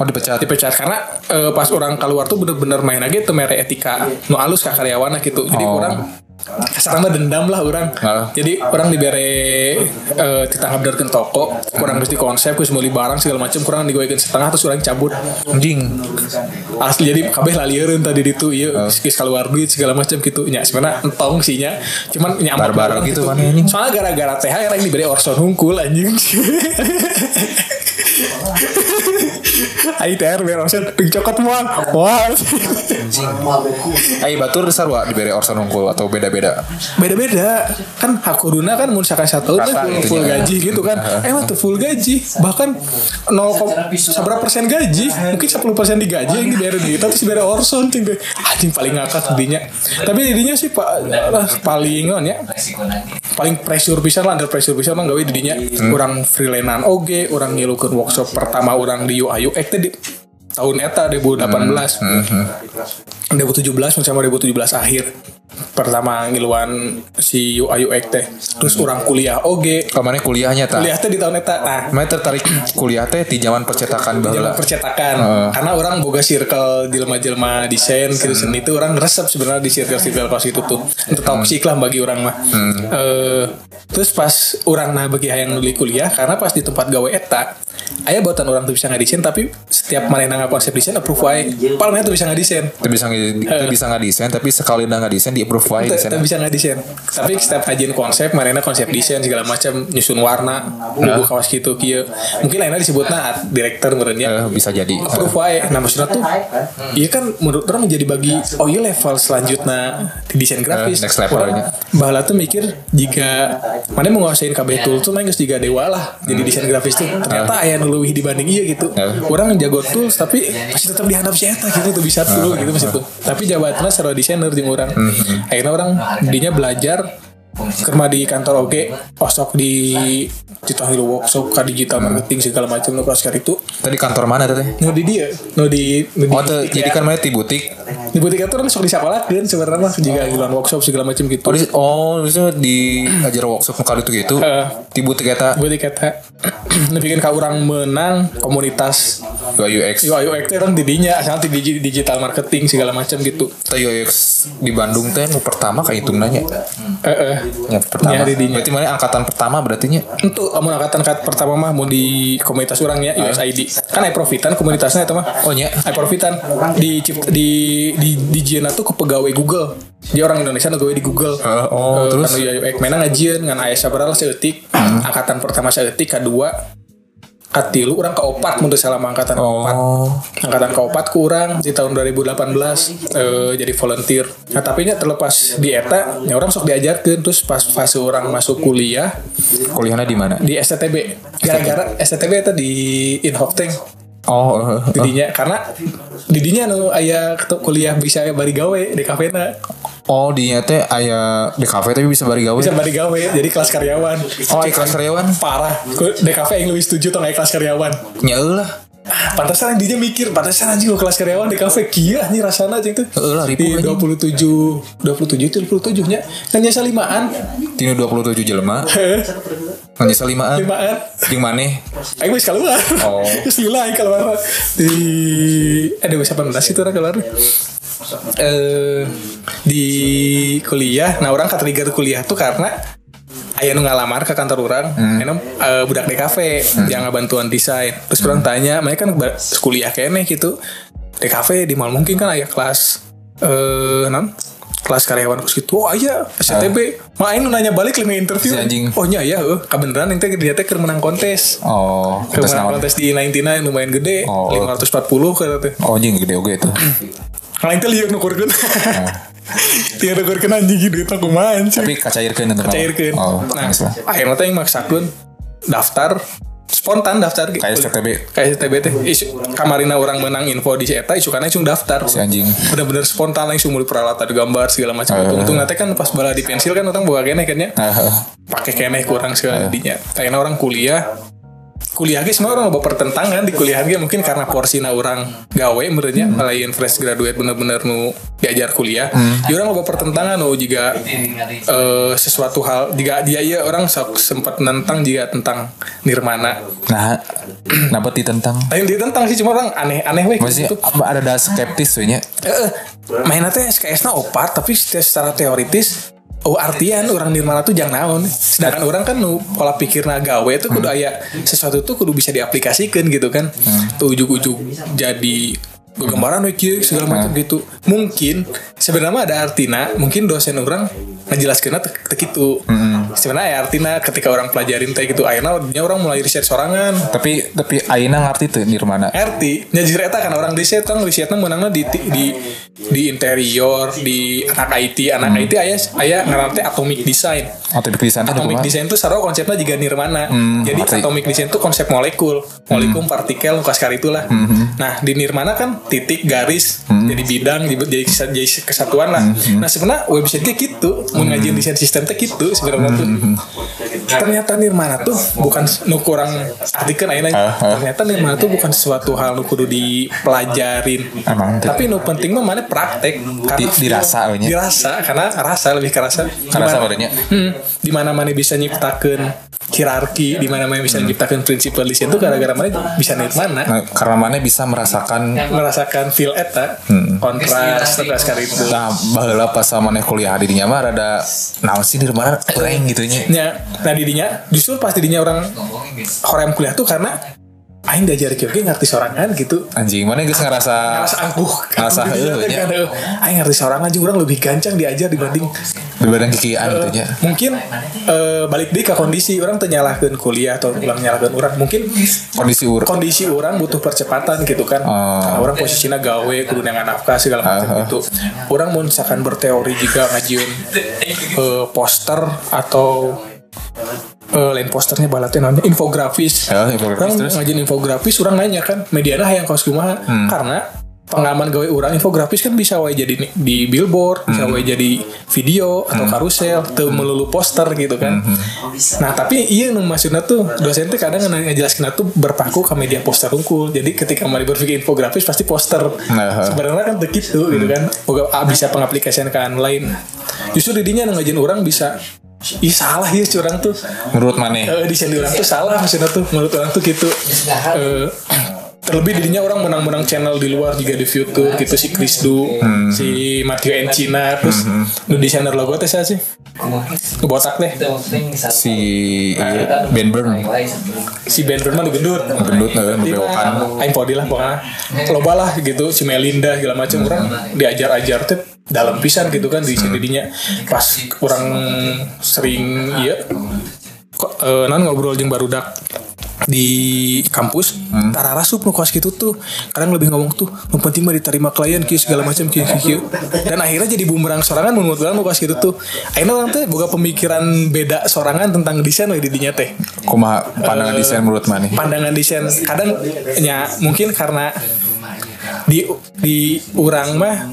S1: Oh dipecat.
S2: Dipecat Nah, karena eh, pas orang keluar tuh bener-bener main aja tuh mere etika nu alus ka karyawana gitu. Jadi
S1: Oh.
S2: orang kasarnya dendam lah orang
S1: Heeh.
S2: jadi orang dibere eh ditangkap dari toko kurang mesti konsep kurang beli barang segala macam kurang digoyekin setengah terus orang cabut
S1: Jing.
S2: asli jadi kabeh lalierin tadi itu iya kis keluar duit segala macam gitu nya sebenarnya entong sih nya cuman nyaman
S1: Barbar gitu kan, anjing.
S2: soalnya gara-gara THR yang diberi Orson Hungkul anjing Ayo THR biar Orson dicokot mual wah
S1: Ayo Eh, batur sarua dibere Orson Hungkul atau beda-beda.
S2: beda-beda kan hakuduna kan mun misalkan satu
S1: Rata
S2: tahun kan full,
S1: gitu
S2: full
S1: ya.
S2: gaji gitu kan eh mah tuh full gaji bahkan 0, seberapa persen gaji mungkin 10 persen digaji yang dibayar duit terus dibayar Orson cing deh anjing paling ngakak didinya tapi didinya sih pak lah, paling on ya paling pressure pisan lah under pressure pisan mah gawe didinya orang freelance oge orang ngilukeun workshop pertama orang di UI UX teh di tahun eta 2018 2017 sama 2017 akhir pertama ngiluan si UI UX teh terus orang kuliah oge
S1: Kamane kuliahnya tah.
S2: kuliah teh di tahun eta nah
S1: Mana tertarik kuliah teh di zaman percetakan baheula.
S2: jelma percetakan
S1: Heeh.
S2: karena orang boga circle jelma-jelma desain gitu seni itu orang resep sebenarnya di circle-circle pas itu tuh itu toxic lah bagi orang mah
S1: Hmm.
S2: Eh, terus pas orang nah bagi hayang nuli kuliah karena pas di tempat gawe eta aya bautan orang tuh bisa ngadesain tapi setiap manehna ngakonsep desain approve wae paling tuh bisa ngadesain
S1: Teu bisa nge- teu bisa ngadesain tapi sekali dah ngadesain Iya, di approve wae
S2: Eh. kita
S1: desainna.
S2: bisa nggak desain tapi setiap kajian konsep marina konsep desain segala macam nyusun warna
S1: Nah.
S2: buku kawas gitu kia mungkin lainnya disebutnya art director
S1: Eh,
S2: ya. menurutnya
S1: bisa jadi.
S2: approve wae nah maksudnya tuh iya kan menurut orang menjadi bagi oh iya level selanjutnya di desain grafis
S1: Eh, next levelnya.
S2: Orang bahala tuh mikir jika mana menguasain KB tool tuh main geus juga dewa lah jadi desain grafis tuh ternyata ayah nuluih dibanding iya gitu
S1: Eh.
S2: orang jago tools tapi masih tetap dihandap si eta gitu tuh bisa dulu gitu masih tuh tapi jabatannya secara desainer jeung orang akhirnya orang dinya belajar kerma di kantor oke osok di Cita Hill workshop ka digital marketing segala macam nu kelas itu
S1: Oh, Tadi kantor mana teh?
S2: nu di dia nu di nu di
S1: Oh, teu
S2: di-
S1: jadi kan mana di butik.
S2: di butik itu kan orang sok disakolahkeun sebenarnya mah jika hilang workshop segala macam gitu
S1: Oh, di, oh, bisa di ajar workshop kali itu gitu.
S2: Heeh.
S1: Di butik eta
S2: butik eta nu bikin ka urang kan menang komunitas
S1: UI UX.
S2: UI UX teh orang kan didinya asal di digi- digital marketing segala macam gitu
S1: Teu UI UX di Bandung teh nu pertama kayak itu nanya.
S2: heeh
S1: Ya, pertama.
S2: Ya, di dinya.
S1: Berarti mana angkatan pertama berartinya?
S2: Itu amun angkatan kat pertama mah mau di komunitas orang
S1: Ah.
S2: ya USID. Kan I profitan komunitasnya itu mah.
S1: Oh, nya.
S2: I profitan di cip- di di di Jena tuh ke pegawai Google. Dia orang Indonesia nu gawe di Google.
S1: Eh, oh, terus? Hmm.
S2: Kan UI UX menang ngajieun ngan aya sabaraha lah saeutik. Angkatan pertama saeutik kedua Atilu orang keopat mun salah mah angkatan
S1: Oh,
S2: keopat. Angkatan keopat ku urang di tahun 2018 eh, jadi volunteer. Nah, tapi nya terlepas di eta, nya orang sok diajarkeun terus pas fase orang masuk kuliah
S1: Kuliahnya di mana?
S2: di STTB. Gara-gara STTB eta di Inhok Teng
S1: Oh, eh, eh, eh.
S2: didinya karena didinya nu aya ketu- kuliah bisa bari gawe di kafena.
S1: oh di nya teh aya di kafe tapi bisa bari gawe.
S2: Bisa bari gawe jadi kelas karyawan.
S1: Oh, iklan karyawan?
S2: parah. Ku DKV yang lebih setuju tong aya kelas karyawan.
S1: Nya eulah.
S2: Pantesan dia mikir, pantesan anjing gua kelas karyawan di kafe kia nih rasanya anjing tuh.
S1: Heeh lah, ribu
S2: di
S1: anjing.
S2: 27 27 itu 27 nya. Kan jasa limaan,
S1: Tinu 27 jelema. Nanya salimaan.
S2: limaan.
S1: Jeung maneh.
S2: Aing wis keluar.
S1: Oh.
S2: Wis lila aing keluar. Di ada wis 18 itu orang keluar. Eh di kuliah, nah orang kategori kuliah tuh karena Ayah nu ngalamar ke kantor orang,
S1: Hmm.
S2: anu, eh, budak DKV yang ngabantuan desain. Terus orang
S1: Hmm.
S2: tanya, mereka kan ba- kuliah kene gitu. DKV di mana mungkin kan ayah kelas eh non kelas karyawan terus gitu. Oh ayah SCTB. Main nanya balik lima interview.
S1: Ah. Si anjing.
S2: Oh nya ya, eh, kabeneran yang teh dia teh keur menang kontes.
S1: Oh,
S2: Keur
S1: kontes
S2: menang
S1: naon?
S2: kontes di 99 lumayan gede,
S1: Oh.
S2: 540 kata teh.
S1: Oh, anjing gede oge itu.
S2: Lain teh lieur nukurkeun. Tiga nukurkeun anjing gitu aku mancing.
S1: Tapi kacairkeun itu.
S2: Cairkeun.
S1: Oh,
S2: nah,
S1: geus lah.
S2: akhirnya teh yang maksakeun daftar spontan daftar gitu.
S1: Kayak STTB
S2: Kayak STB teh isu- kamarina orang menang info di si eta isu kana langsung daftar.
S1: si anjing.
S2: bener-bener spontan langsung mulai peralatan gambar segala
S1: Eh.
S2: macam itu untung nanti kan pas bala di pensil kan utang bawa kene kan ya
S1: Ah, ah.
S2: pakai kene kurang segala dinya kayaknya orang kuliah kuliah guys semua orang loba pertentangan kan, di kuliah ge mungkin karena porsina orang gawe merenya lain fresh graduate bener-bener nu diajar kuliah ya orang loba pertentangan nu juga eh, sesuatu hal jika dia iya orang sok sempat nentang jika tentang nirmana
S1: Nah, kenapa ditentang?
S2: lain ditentang sih cuma orang aneh-aneh weh
S1: Masih
S2: gitu.
S1: apa ada ada skeptis we nya.
S2: Eh, mainnya teh SKS na opat tapi secara secara teoritis Oh artian orang nirmana tuh jangan naon Sedangkan orang kan nu pola pikirna gawe tuh kudu aya Sesuatu tuh kudu bisa diaplikasikan gitu kan Tuh ujuk-ujuk jadi gambaran we kieu, segala macam gitu Mungkin sebenarnya mah ada artina Mungkin dosen orang ngejelaskeunna teu teu kitu gitu. Sebenarnya aya artina ketika orang pelajarin teh gitu Akhirnya nya orang mulai riset sorangan
S1: Tapi tapi Aina ngerti tuh Nirmana.
S2: RT nyajir eta kan orang riset kan riset menangnya di ti- di di interior di anak IT anak IT aya aya ngaran teh atomic design
S1: Atau di sana
S2: atomic design itu sarua konsepnya juga nirmana
S1: Hmm,
S2: jadi
S1: ngerti.
S2: atomic design itu konsep molekul molekul partikel kaskar itulah
S1: Hmm.
S2: nah di nirmana kan titik garis jadi bidang jadi- jadi kesa- jadi kesatuan lah
S1: Hmm.
S2: nah sebenarnya websitenya gitu mau ngajiin desain sistem teh gitu sebenarnya tuh
S1: Hmm.
S2: ternyata nirmana tuh bukan nu kurang artikan ayeuna
S1: Ah,
S2: ternyata nirmana tuh bukan sesuatu hal nu kudu dipelajarin
S1: Emang tuh.
S2: tapi nu penting mah mana praktek
S1: Ah, Di- dirasa we nya.
S2: dirasa karena rasa lebih kerasa
S1: Karena
S2: Gimana?
S1: badannya.
S2: hmm, di mana mana bisa nyiptakan hierarki, di mana mana bisa nyiptakan prinsipal di situ gara-gara mana bisa nirmana
S1: Nah, karena mana bisa merasakan
S2: merasakan feel eta kontras terus kali itu.
S1: nah baheula pas sama maneh kuliah di dinya mah rada naon sih Nirmana kurang gitu nya.
S2: Nya, nah didinya justru pas didinya orang horem kuliah tuh karena aing diajari kieu ge ngerti sorangan gitu.
S1: Anjing mana geus ngerasa
S2: Ngerasa angkuh.
S1: Ngerasa heueuh nya.
S2: Kan, heueuh. Aing ngerti sorangan jeung urang lebih gancang diajar dibanding
S1: di badan kikian gitu nya.
S2: mungkin eh, balik deui ke kondisi urang teu nyalahkeun kuliah atau ulang nyalahkeun urang mungkin
S1: Kondisi ur
S2: kondisi orang butuh percepatan gitu kan
S1: Oh.
S2: Karena orang posisinya gawe kudu nengan nafkah segala macam
S1: Ah, ah.
S2: gitu orang mau misalkan berteori juga ngajiun eh, poster atau eh, lain posternya balatnya namanya infografis
S1: Ya, infografis
S2: orang
S1: terus?
S2: ngajin infografis orang nanya kan mediana yang kaos kumaha karena pengalaman gawe orang infografis kan bisa wae jadi ni- di billboard, bisa wae jadi video atau karusel, atau melulu poster gitu kan. Nah tapi iya nu maksudnya tuh dosen tuh kadang ngejelasin tuh berpaku ke media poster unggul. Jadi ketika mari berpikir infografis pasti poster.
S1: Nah.
S2: Sebenarnya kan begitu gitu kan. Boga ah, bisa pengaplikasian ke lain. Justru didinya nu ngajin orang bisa Ih salah ya curang tuh
S1: menurut maneh.
S2: Eh, desain orang tuh salah maksudnya tuh menurut orang tuh gitu Eh, terlebih dirinya orang menang-menang channel di luar juga di YouTube gitu si Krisdu si Matthew and Cina terus nu desainer logo teh siapa sih Nu botak teh
S1: Si iya, Ben Burn
S2: si Ben Berman nu gendut
S1: gendut eh, nu
S2: Iya,
S1: bewokan.
S2: Aing podi lah pokoknya Loba lah gitu Si Melinda segala macam Orang diajar-ajar tuh Dalam pisan gitu kan Di sini dinya Pas orang sering Iya kok, eh, non ngobrol jeung barudak di kampus tarara sup nu koas gitu tuh kadang lebih ngomong tuh nu penting mah diterima klien kieu segala macam kieu kieu kieu." dan akhirnya jadi bumerang sorangan menurut orang nu koas gitu tuh akhirnya orang teh boga pemikiran beda sorangan tentang desain we di dinya teh
S1: Kumaha
S2: Eh.
S1: pandangan desain menurut mana?
S2: pandangan desain kadang nya mungkin karena di di urang mah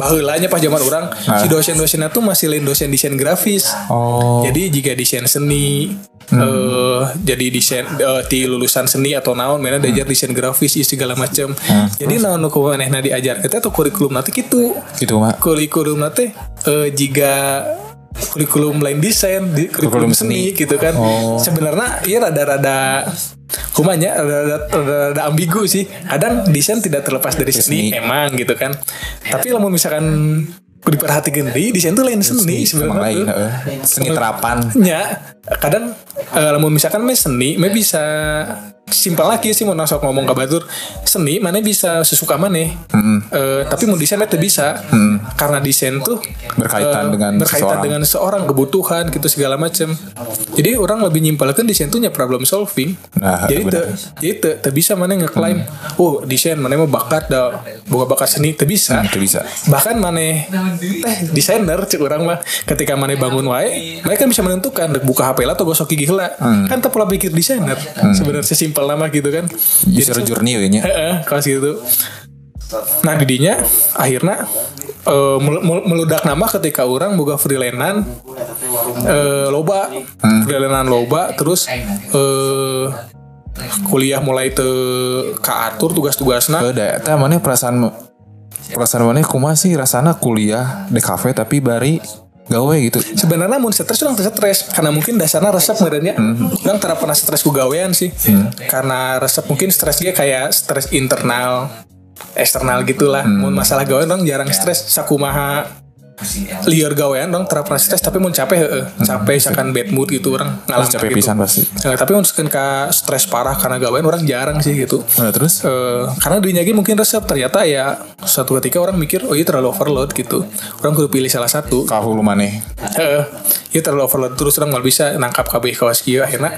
S2: baheulanya pas zaman urang si dosen-dosennya tuh masih lain dosen desain grafis
S1: Oh.
S2: jadi jika desain seni eh jadi desain eh, ti lulusan seni atau naon mana diajar desain grafis ieu segala macam jadi naon nu kumanehna diajar eta tuh kurikulum nanti gitu
S1: Gitu mah.
S2: kurikulum nanti eh jika kurikulum lain desain di
S1: Kurikulum
S2: kurikulum, seni, gitu kan
S1: Oh.
S2: sebenarnya iya rada-rada kumanya rada-rada, rada-rada ambigu sih kadang desain tidak terlepas dari seni,
S1: Seni.
S2: emang gitu kan tapi kalau misalkan diperhatikan di desain tuh lain seni,
S1: Emang
S2: sebenarnya
S1: lain,
S2: tuh. Eh.
S1: heeh. Seni terapan.
S2: Ya, kadang eh, lamun misalkan me seni, me bisa simpel lagi sih mau sok ngomong ke batur seni mana bisa sesuka mana Eh, tapi mau desain itu bisa karena desain tuh
S1: Berkaitan
S2: eh,
S1: dengan
S2: berkaitan
S1: seseorang.
S2: dengan seorang kebutuhan gitu segala macam jadi orang lebih nyimpalkan desain tuh nya problem solving
S1: Nah, Mm.
S2: jadi
S1: bener.
S2: te, jadi te, te bisa mana ngeklaim oh desain mana mau bakat da boga bakat seni te bisa
S1: Hmm, teu bisa.
S2: bahkan maneh teh desainer cek orang mah ketika maneh bangun wae mereka bisa menentukan dek buka HP lah atau gosok gigi heula kan tak pola pikir desainer sebenarnya sesimpel nama gitu kan
S1: User journey ya, we nya.
S2: Heeh, kalau gitu nah didinya akhirnya eh, mel- mel- meludak nama ketika orang boga freelance loba freelance loba terus eh, kuliah mulai te kaatur tugas-tugasna
S1: Heeh, da eta mana perasaan perasaan mana kumaha sih rasana kuliah di kafe tapi bari gawe gitu.
S2: sebenarnya mun stres orang teu stres karena mungkin dasarnya resep merenya
S1: Mhm.
S2: orang tara pernah stres ku gawean sih
S1: Iya.
S2: karena resep mungkin stres dia kayak stres internal eksternal gitulah
S1: Mhm.
S2: mun masalah gawean orang jarang stres sakumaha liar gawean orang tara pernah stres tapi mun capek heeh capek misalkan bad mood gitu orang ngalamin
S1: Mhm. capek
S2: gitu.
S1: pisan pasti.
S2: Eh, tapi mun seukeun ka stres parah karena gawean orang jarang sih gitu
S1: Nah, terus
S2: Eh, karena duitnya ge mungkin resep ternyata ya satu ketika orang mikir oh iya terlalu overload gitu orang kudu pilih salah satu
S1: kahulu maneh.
S2: Heeh. Iya terlalu overload terus orang malah bisa nangkap kabeh kawas kieu akhirna.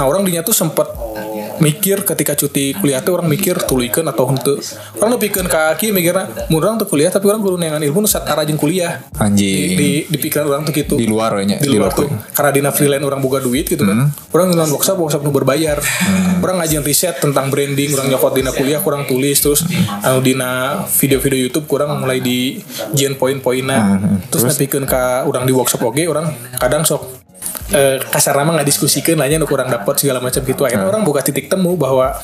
S2: Nah, orang dinya tuh sempet mikir ketika cuti kuliah tuh orang mikir tulikeun atau henteu. Orang nepikeun ka kieu mikirna, mun urang teu kuliah tapi orang kudu neangan ilmu nu satara jeung kuliah.
S1: Anjing. Di,
S2: Di, di pikiran orang tuh gitu.
S1: luar we nya,
S2: di luar tuh karena dina freelance orang buka duit gitu kan orang ngilan workshop workshop nu berbayar orang ngajin riset tentang branding orang nyokot dina kuliah kurang tulis terus anu dina video-video YouTube kurang mulai di jian poin-poinnya Hmm, terus, nepikeun ka orang di workshop oge orang kadang sok eh, kasar mah nggak diskusikan nanya nu kurang dapat segala macam gitu akhirnya orang buka titik temu bahwa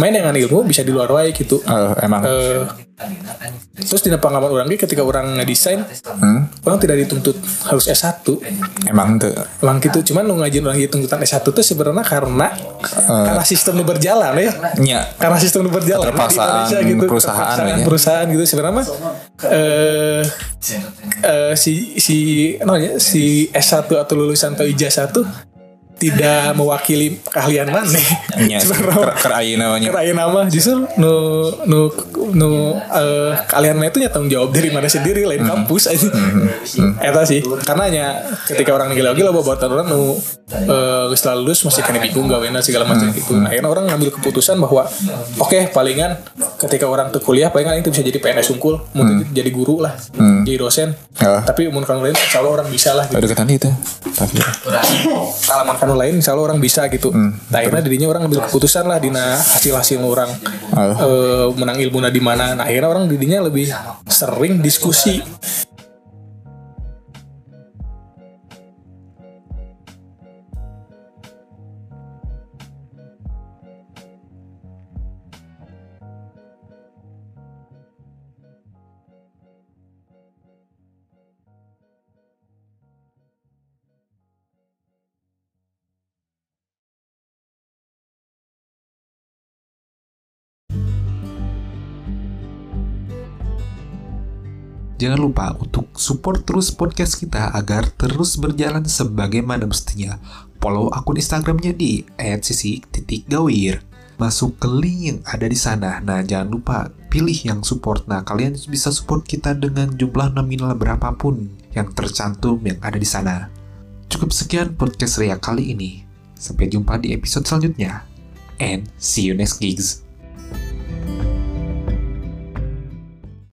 S2: main dengan ilmu bisa di luar wae gitu
S1: Eh, emang
S2: Eh, terus dina pengalaman orang ge ketika orang ngedesain
S1: Hmm?
S2: orang tidak dituntut harus S1
S1: emang tuh
S2: emang
S1: Ah.
S2: gitu cuman lu ngajin orang gitu tuntutan S1 tuh sebenarnya karena
S1: Eh.
S2: karena sistem lu berjalan ya
S1: nya
S2: karena sistem lu berjalan gitu,
S1: Keterpaksaan perusahaan
S2: Keterpaksaan
S1: ya.
S2: perusahaan gitu sebenarnya mah eh eh, si si namanya si S1 atau lulusan atau ijazah tuh tidak mewakili keahlian mana
S1: nya
S2: Sebenarnya
S1: Iya ker ayeuna nya.
S2: kerain nama justru nu nu nu eh, kalian mah itu ya tanggung jawab dari mana sendiri lain kampus aja eta sih karena nya ketika orang gila gila bawa bawaan orang nu eh, geus telah lulus masih kena bingung gawena segala macam gitu nah, akhirnya orang ngambil keputusan bahwa oke palingan ketika orang tuh kuliah palingan itu bisa jadi PNS unggul mungkin jadi guru lah jadi dosen
S1: Ya.
S2: tapi umur kan lain insya Allah orang bisa lah gitu.
S1: Udah ketan itu. Tapi
S2: Alaman kanu lain insya Allah orang bisa gitu nah, akhirnya dirinya orang ambil keputusan lah dina hasil hasil orang
S1: Ah.
S2: eh, menang ilmu di mana nah akhirnya orang dirinya lebih sering diskusi
S4: Jangan lupa untuk support terus podcast kita agar terus berjalan sebagaimana mestinya. Follow akun Instagramnya di @sisik_gawir. Masuk ke link yang ada di sana. Nah, jangan lupa pilih yang support. Nah, kalian bisa support kita dengan jumlah nominal berapapun yang tercantum yang ada di sana. Cukup sekian podcast Ria kali ini. Sampai jumpa di episode selanjutnya. And see you next gigs.